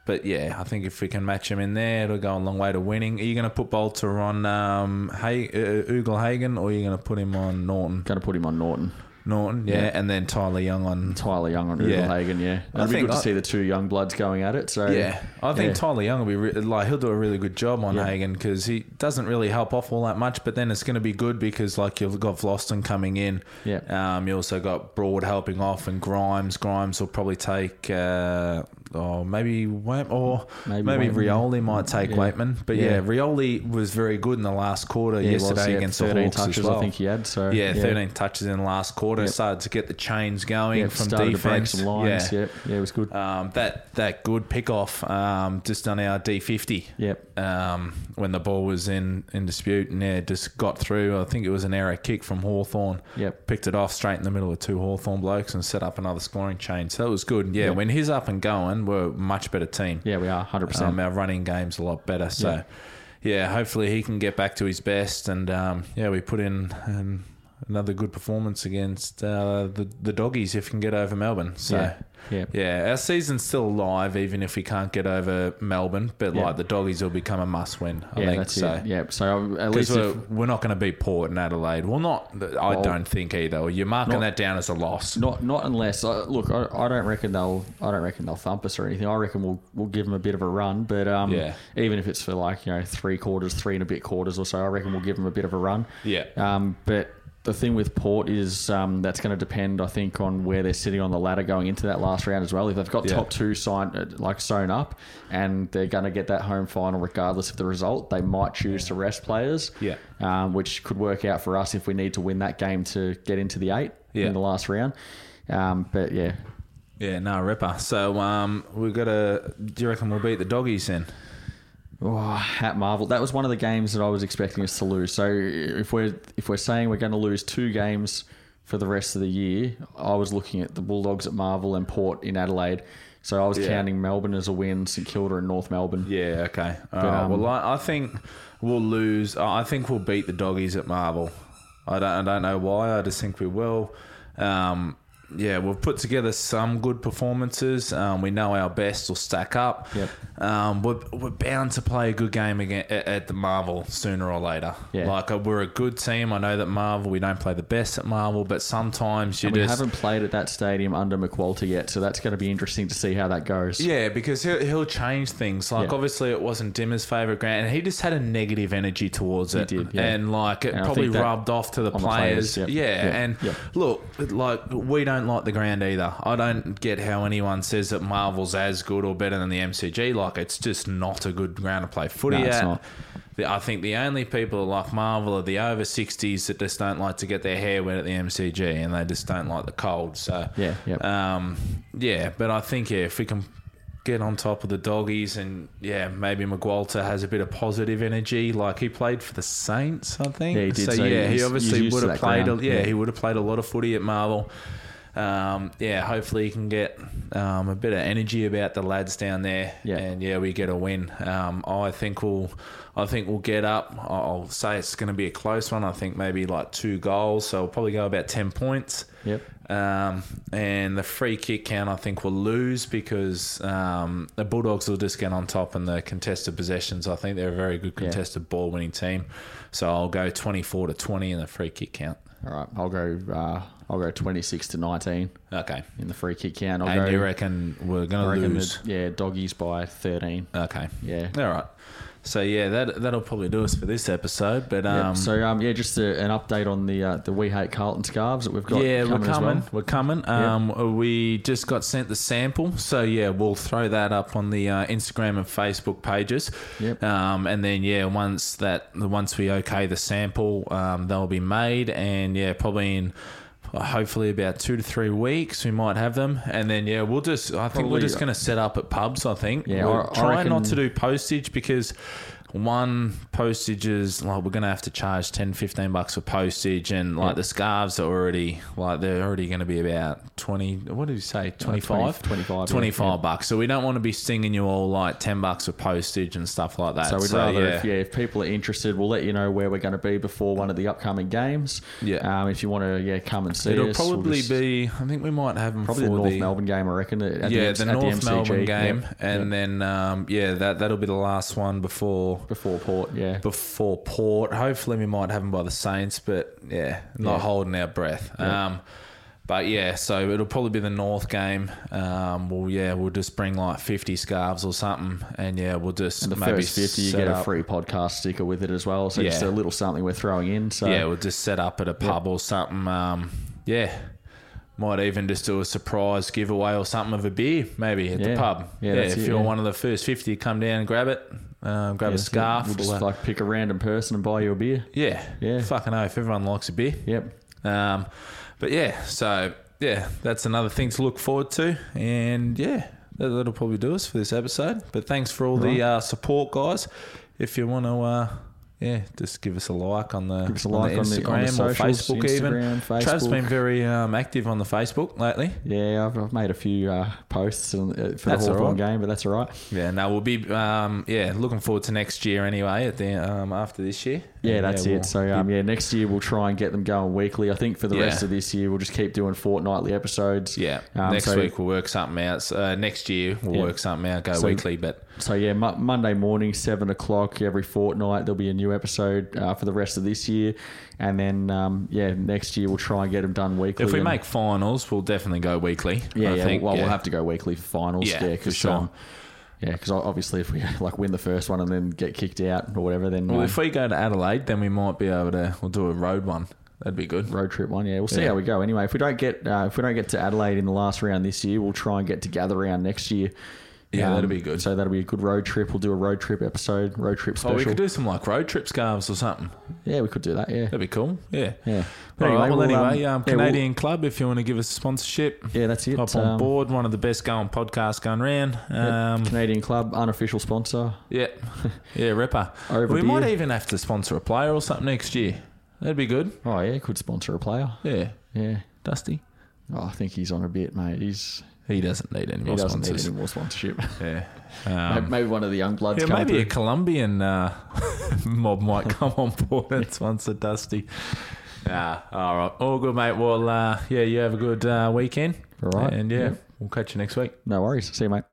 Speaker 2: but yeah, I think if we can match him in there, it'll go a long way to winning. Are you going to put Bolter on um, hey, uh, Ugle Hagen or are you going to put him on Norton?
Speaker 1: Going to put him on Norton.
Speaker 2: Norton, yeah, and then Tyler Young on.
Speaker 1: Tyler Young on
Speaker 2: Yeah.
Speaker 1: Ugle Hagen, yeah.
Speaker 2: I
Speaker 1: It'd be
Speaker 2: think
Speaker 1: good to
Speaker 2: I-
Speaker 1: see the two young bloods going at it. So
Speaker 2: Yeah, I think
Speaker 1: yeah.
Speaker 2: Tyler Young will be re- like he'll do a really good job on
Speaker 1: Yeah.
Speaker 2: Hagen because he doesn't really help off all that much. But then it's going to be good because like you've got Vlosten coming in.
Speaker 1: Yeah.
Speaker 2: Um, you also got Broad helping off and Grimes. Grimes will probably take uh, oh, maybe Wam- or
Speaker 1: Maybe
Speaker 2: maybe,
Speaker 1: Waitman.
Speaker 2: Rioli might take
Speaker 1: Yeah.
Speaker 2: Waitman. But yeah.
Speaker 1: Yeah.
Speaker 2: Rioli was very good in the last quarter
Speaker 1: Yeah, he was,
Speaker 2: yesterday
Speaker 1: yeah,
Speaker 2: against the
Speaker 1: 13
Speaker 2: Hawks
Speaker 1: touches,
Speaker 2: as well.
Speaker 1: I think he had. So
Speaker 2: yeah, 13 touches in the last quarter.
Speaker 1: Yep.
Speaker 2: Started to get the chains going
Speaker 1: Yeah,
Speaker 2: from
Speaker 1: started
Speaker 2: defense.
Speaker 1: to break some lines.
Speaker 2: yeah.
Speaker 1: Yeah, yeah, it was good.
Speaker 2: Um, that that good pickoff um, just on our D fifty.
Speaker 1: Yep.
Speaker 2: Um, when the ball was in, in dispute and yeah, just got through. I think it was an error kick from Hawthorn.
Speaker 1: Yep.
Speaker 2: Picked it off straight in the middle of two Hawthorn blokes and set up another scoring chain. So that was good. Yeah,
Speaker 1: Yep.
Speaker 2: when he's up and going, we're a much better team.
Speaker 1: Yeah, we are hundred
Speaker 2: Um,
Speaker 1: percent.
Speaker 2: our running game's a lot better. So
Speaker 1: Yeah.
Speaker 2: yeah, hopefully he can get back to his best and um, yeah, we put in um, another good performance against uh, the the doggies if we can get over Melbourne. So
Speaker 1: Yeah. Yeah.
Speaker 2: yeah, our season's still alive, even if we can't get over Melbourne. But
Speaker 1: Yeah.
Speaker 2: like the doggies will become a must-win. I
Speaker 1: Yeah,
Speaker 2: think
Speaker 1: that's
Speaker 2: so.
Speaker 1: it. Yeah, so uh, at
Speaker 2: Because
Speaker 1: least
Speaker 2: we're,
Speaker 1: if,
Speaker 2: we're not going to beat Port and Adelaide. Well, not. I
Speaker 1: Well,
Speaker 2: don't think either. You're marking
Speaker 1: not-
Speaker 2: that down as a loss.
Speaker 1: not not unless uh, look, I, I don't reckon they'll I don't reckon they'll thump us or anything. I reckon we'll we'll give them a bit of a run, but um,
Speaker 2: Yeah.
Speaker 1: even if it's for like you know three quarters, three and a bit quarters or so, I reckon we'll give them a bit of a run.
Speaker 2: Yeah.
Speaker 1: Um, but the thing with Port is um, that's going to depend, I think, on where they're sitting on the ladder going into that last round as well. If they've got
Speaker 2: Yeah.
Speaker 1: top two signed uh, like sewn up, and they're going to get that home final regardless of the result, they might choose to rest players.
Speaker 2: Yeah.
Speaker 1: Um, which could work out for us if we need to win that game to get into the eight
Speaker 2: Yeah.
Speaker 1: in the last round. Um, but yeah,
Speaker 2: Yeah, no ripper. So um, we got to. Do you reckon we'll beat the doggies then?
Speaker 1: Oh, at Marvel, that was one of the games that I was expecting us to lose. So if we're if we're saying we're going to lose two games for the rest of the year, I was looking at the Bulldogs at Marvel and Port in Adelaide. So I was
Speaker 2: Yeah.
Speaker 1: counting Melbourne as a win, St Kilda and North Melbourne.
Speaker 2: Yeah. Okay. All
Speaker 1: But,
Speaker 2: right.
Speaker 1: um,
Speaker 2: well, I, I think we'll lose. I I think we'll beat the doggies at Marvel. I don't. I don't know why. I just think we will. Um, yeah, we've put together some good performances. Um, we know our best will stack up.
Speaker 1: Yep.
Speaker 2: Um, we're, we're bound to play a good game again at, at the Marvel sooner or later.
Speaker 1: Yeah.
Speaker 2: Like uh, we're a good team. I know that Marvel. We don't play the best at Marvel, but sometimes you
Speaker 1: And we
Speaker 2: just
Speaker 1: haven't played at that stadium under McWalter yet, so that's going to be interesting to see how that goes.
Speaker 2: Yeah, because he'll, he'll change things. Like,
Speaker 1: Yeah.
Speaker 2: obviously, it wasn't Dimmer's favourite ground, and he just had a negative energy towards it.
Speaker 1: did, yeah.
Speaker 2: And, like, it
Speaker 1: And I
Speaker 2: probably
Speaker 1: think that-
Speaker 2: rubbed off to the
Speaker 1: on the
Speaker 2: players.
Speaker 1: players, yeah.
Speaker 2: Yeah,
Speaker 1: Yeah,
Speaker 2: and
Speaker 1: yeah.
Speaker 2: look, like, we don't like the ground either. I don't get how anyone says that Marvel's as good or better than the MCG. Like, it's just not a good ground to play footy
Speaker 1: No, it's
Speaker 2: at.
Speaker 1: not.
Speaker 2: The- I think the only people that like Marvel are the over 60s that just don't like to get their hair wet at the MCG and they just don't like the cold. So,
Speaker 1: Yeah, yeah.
Speaker 2: um, yeah, but I think yeah, if we can get on top of the doggies and yeah, maybe McGualter has a bit of positive energy. Like he played for the Saints, I think.
Speaker 1: Yeah, he did,
Speaker 2: So,
Speaker 1: so
Speaker 2: yeah,
Speaker 1: he's-
Speaker 2: he obviously
Speaker 1: he's used
Speaker 2: would
Speaker 1: to
Speaker 2: have
Speaker 1: that
Speaker 2: played. A,
Speaker 1: ground.
Speaker 2: yeah,
Speaker 1: Yeah.
Speaker 2: he would have played a lot of footy at Marvel. Um, yeah, hopefully he can get um, a bit of energy about the lads down there.
Speaker 1: Yeah.
Speaker 2: and yeah, we get a win. Um, I think we'll, I think we'll get up. I- I'll say it's going to be a close one. I think maybe like two goals, so we'll probably go about ten points.
Speaker 1: Yep.
Speaker 2: Um, and the free kick count, I think, will lose because um, the Bulldogs will just get on top in the contested possessions. I think they're a very good contested ball winning team. So I'll go 24 to 20 in the free kick count.
Speaker 1: All right, I'll go. Uh, I'll go twenty six to nineteen
Speaker 2: Okay.
Speaker 1: in the free kick count. I'll
Speaker 2: and
Speaker 1: go.
Speaker 2: you reckon we're
Speaker 1: I
Speaker 2: going to
Speaker 1: reckon
Speaker 2: lose?
Speaker 1: that- yeah, doggies by thirteen.
Speaker 2: Okay.
Speaker 1: Yeah.
Speaker 2: All right. So, yeah, that, that'll probably do us for this episode. But
Speaker 1: Yep.
Speaker 2: um,
Speaker 1: so um, yeah, just a, an update on the uh, the We Hate Carlton scarves that we've got.
Speaker 2: yeah,
Speaker 1: coming
Speaker 2: we're coming.
Speaker 1: As well.
Speaker 2: We're coming. Um, We just got sent the sample, so yeah, we'll throw that up on the uh, Instagram and Facebook pages.
Speaker 1: Yep.
Speaker 2: Um, and then yeah, once that once we okay the sample, um, they'll be made, and yeah, probably in. Hopefully, about two to three weeks, we might have them, and then yeah, we'll just. I think we're
Speaker 1: Probably- uh,
Speaker 2: just going to set up at pubs. I think.
Speaker 1: Yeah,
Speaker 2: we'll
Speaker 1: I- I
Speaker 2: try not
Speaker 1: reckon-
Speaker 2: to do postage because one postage is like we're gonna have to charge 10 15 bucks for postage and like
Speaker 1: Yeah.
Speaker 2: the scarves are already like they're already gonna be about 20 what did you say 25
Speaker 1: 25, Uh, yeah,
Speaker 2: 25
Speaker 1: yeah.
Speaker 2: bucks so we don't want to be stinging you all like 10 bucks for postage and stuff like that
Speaker 1: So we'd rather,
Speaker 2: yeah.
Speaker 1: If, yeah, if people are interested, we'll let you know where we're going to be before one of the upcoming games.
Speaker 2: Yeah.
Speaker 1: Um, if you want to, yeah, come and see
Speaker 2: it'll
Speaker 1: us.
Speaker 2: probably
Speaker 1: we'll just-
Speaker 2: be i think we might have them
Speaker 1: probably the
Speaker 2: for
Speaker 1: North Melbourne game, I reckon. At
Speaker 2: yeah,
Speaker 1: at
Speaker 2: the North
Speaker 1: MCG.
Speaker 2: Melbourne game,
Speaker 1: Yep.
Speaker 2: and
Speaker 1: Yep.
Speaker 2: then um, yeah, that that'll be the last one before
Speaker 1: before Port, yeah.
Speaker 2: before Port. Hopefully, we might have them by the Saints, but yeah, not
Speaker 1: Yeah.
Speaker 2: holding our breath.
Speaker 1: Yeah.
Speaker 2: Um, but yeah, so it'll probably be the North game. Um, well, yeah, we'll just bring like fifty scarves or something, and yeah, we'll just
Speaker 1: And the
Speaker 2: maybe
Speaker 1: first fifty, you
Speaker 2: set
Speaker 1: get a
Speaker 2: up-
Speaker 1: free podcast sticker with it as well. So just
Speaker 2: Yeah.
Speaker 1: a little something we're throwing in. So
Speaker 2: Yeah, we'll just set up at a pub or something. Um, yeah. Might even just do a surprise giveaway or something of a beer, maybe at
Speaker 1: Yeah.
Speaker 2: the pub.
Speaker 1: Yeah, that's
Speaker 2: if
Speaker 1: it,
Speaker 2: you're
Speaker 1: yeah.
Speaker 2: one of the first fifty, come down and grab it. Um, grab
Speaker 1: Yeah,
Speaker 2: a
Speaker 1: so
Speaker 2: scarf.
Speaker 1: We'll
Speaker 2: or
Speaker 1: just
Speaker 2: a-
Speaker 1: like pick a random person and buy you a beer.
Speaker 2: yeah,
Speaker 1: Yeah.
Speaker 2: Fucking oath. Everyone likes a beer.
Speaker 1: Yep.
Speaker 2: Um, but yeah, so yeah, that's another thing to look forward to. And yeah, that, that'll probably do us for this episode. But thanks for all
Speaker 1: Right.
Speaker 2: the uh, support, guys. If you want to, uh, yeah, just give us a like on the,
Speaker 1: Give us a
Speaker 2: on
Speaker 1: like
Speaker 2: the
Speaker 1: on the, on the
Speaker 2: Instagram or
Speaker 1: socials,
Speaker 2: Facebook, even.
Speaker 1: Instagram, Facebook.
Speaker 2: Trav's been very um, active on the Facebook lately.
Speaker 1: yeah, I've, I've made a few uh, posts on, uh, for
Speaker 2: That's
Speaker 1: the
Speaker 2: all
Speaker 1: Hawthorn
Speaker 2: right.
Speaker 1: game, but that's all right.
Speaker 2: Yeah, no, uh, we'll be um, yeah looking forward to next year anyway. At the um, after this year,
Speaker 1: Yeah,
Speaker 2: And,
Speaker 1: that's
Speaker 2: we'll
Speaker 1: it. So um, yeah, next year we'll try and get them going weekly. I think for the
Speaker 2: Yeah.
Speaker 1: rest of this year we'll just keep doing fortnightly episodes.
Speaker 2: Yeah.
Speaker 1: Um,
Speaker 2: next
Speaker 1: so-
Speaker 2: week we'll work something out. So, Uh, next year we'll
Speaker 1: Yeah.
Speaker 2: work something out. Go
Speaker 1: So-
Speaker 2: weekly, but
Speaker 1: So yeah, mo- Monday morning, seven o'clock every fortnight. There'll be a new episode uh, for the rest of this year, and then um, yeah, next year we'll try and get them done weekly.
Speaker 2: if we
Speaker 1: and-
Speaker 2: make finals, we'll definitely go weekly.
Speaker 1: yeah,
Speaker 2: I
Speaker 1: yeah,
Speaker 2: think.
Speaker 1: well
Speaker 2: yeah.
Speaker 1: we'll have to go weekly for finals.
Speaker 2: Yeah,
Speaker 1: Yeah,
Speaker 2: for
Speaker 1: because
Speaker 2: sure.
Speaker 1: yeah, because obviously if we [LAUGHS] like win the first one and then get kicked out or whatever, then
Speaker 2: Well,
Speaker 1: um,
Speaker 2: if we go to Adelaide, then we might be able to. We'll do a road one. That'd be good.
Speaker 1: road trip one. Yeah, we'll see
Speaker 2: Yeah.
Speaker 1: how we go. Anyway, if we don't get uh, if we don't get to Adelaide in the last round this year, we'll try and get to gather round next year. Um,
Speaker 2: Yeah, that'll be good.
Speaker 1: So that'll be a good road trip. We'll do a road trip episode, road trip
Speaker 2: Oh,
Speaker 1: special.
Speaker 2: we could do some like road trip scarves or something.
Speaker 1: yeah, we could do that. Yeah,
Speaker 2: That'd be cool. Yeah.
Speaker 1: yeah.
Speaker 2: All right, well,
Speaker 1: we'll, um,
Speaker 2: anyway, um,
Speaker 1: yeah, we'll-
Speaker 2: Canadian Club, if you want to give us sponsorship,
Speaker 1: Yeah, that's it.
Speaker 2: hop on
Speaker 1: Um,
Speaker 2: board. One of the best going podcasts going round.
Speaker 1: yeah,
Speaker 2: Um,
Speaker 1: Canadian Club, unofficial sponsor. [LAUGHS]
Speaker 2: yeah. Yeah, Ripper.
Speaker 1: Over
Speaker 2: we
Speaker 1: beer.
Speaker 2: might e- even have to sponsor a player or something next year. That'd be good.
Speaker 1: Oh yeah, could sponsor a player.
Speaker 2: Yeah.
Speaker 1: Yeah.
Speaker 2: Dusty.
Speaker 1: Oh, I think he's on a bit, mate. He's
Speaker 2: He doesn't need any
Speaker 1: he
Speaker 2: more
Speaker 1: doesn't
Speaker 2: sponsors.
Speaker 1: need any more sponsorship. [LAUGHS]
Speaker 2: Yeah. Um,
Speaker 1: maybe one of the young bloods.
Speaker 2: yeah,
Speaker 1: come
Speaker 2: maybe a
Speaker 1: through.
Speaker 2: Colombian uh, [LAUGHS] mob might come on board and sponsor Dusty. Nah, all right. All good, mate. Well, uh, yeah, you have a good uh, weekend.
Speaker 1: All right.
Speaker 2: And yeah,
Speaker 1: Yeah.
Speaker 2: we'll catch you next week.
Speaker 1: No worries. See you, mate.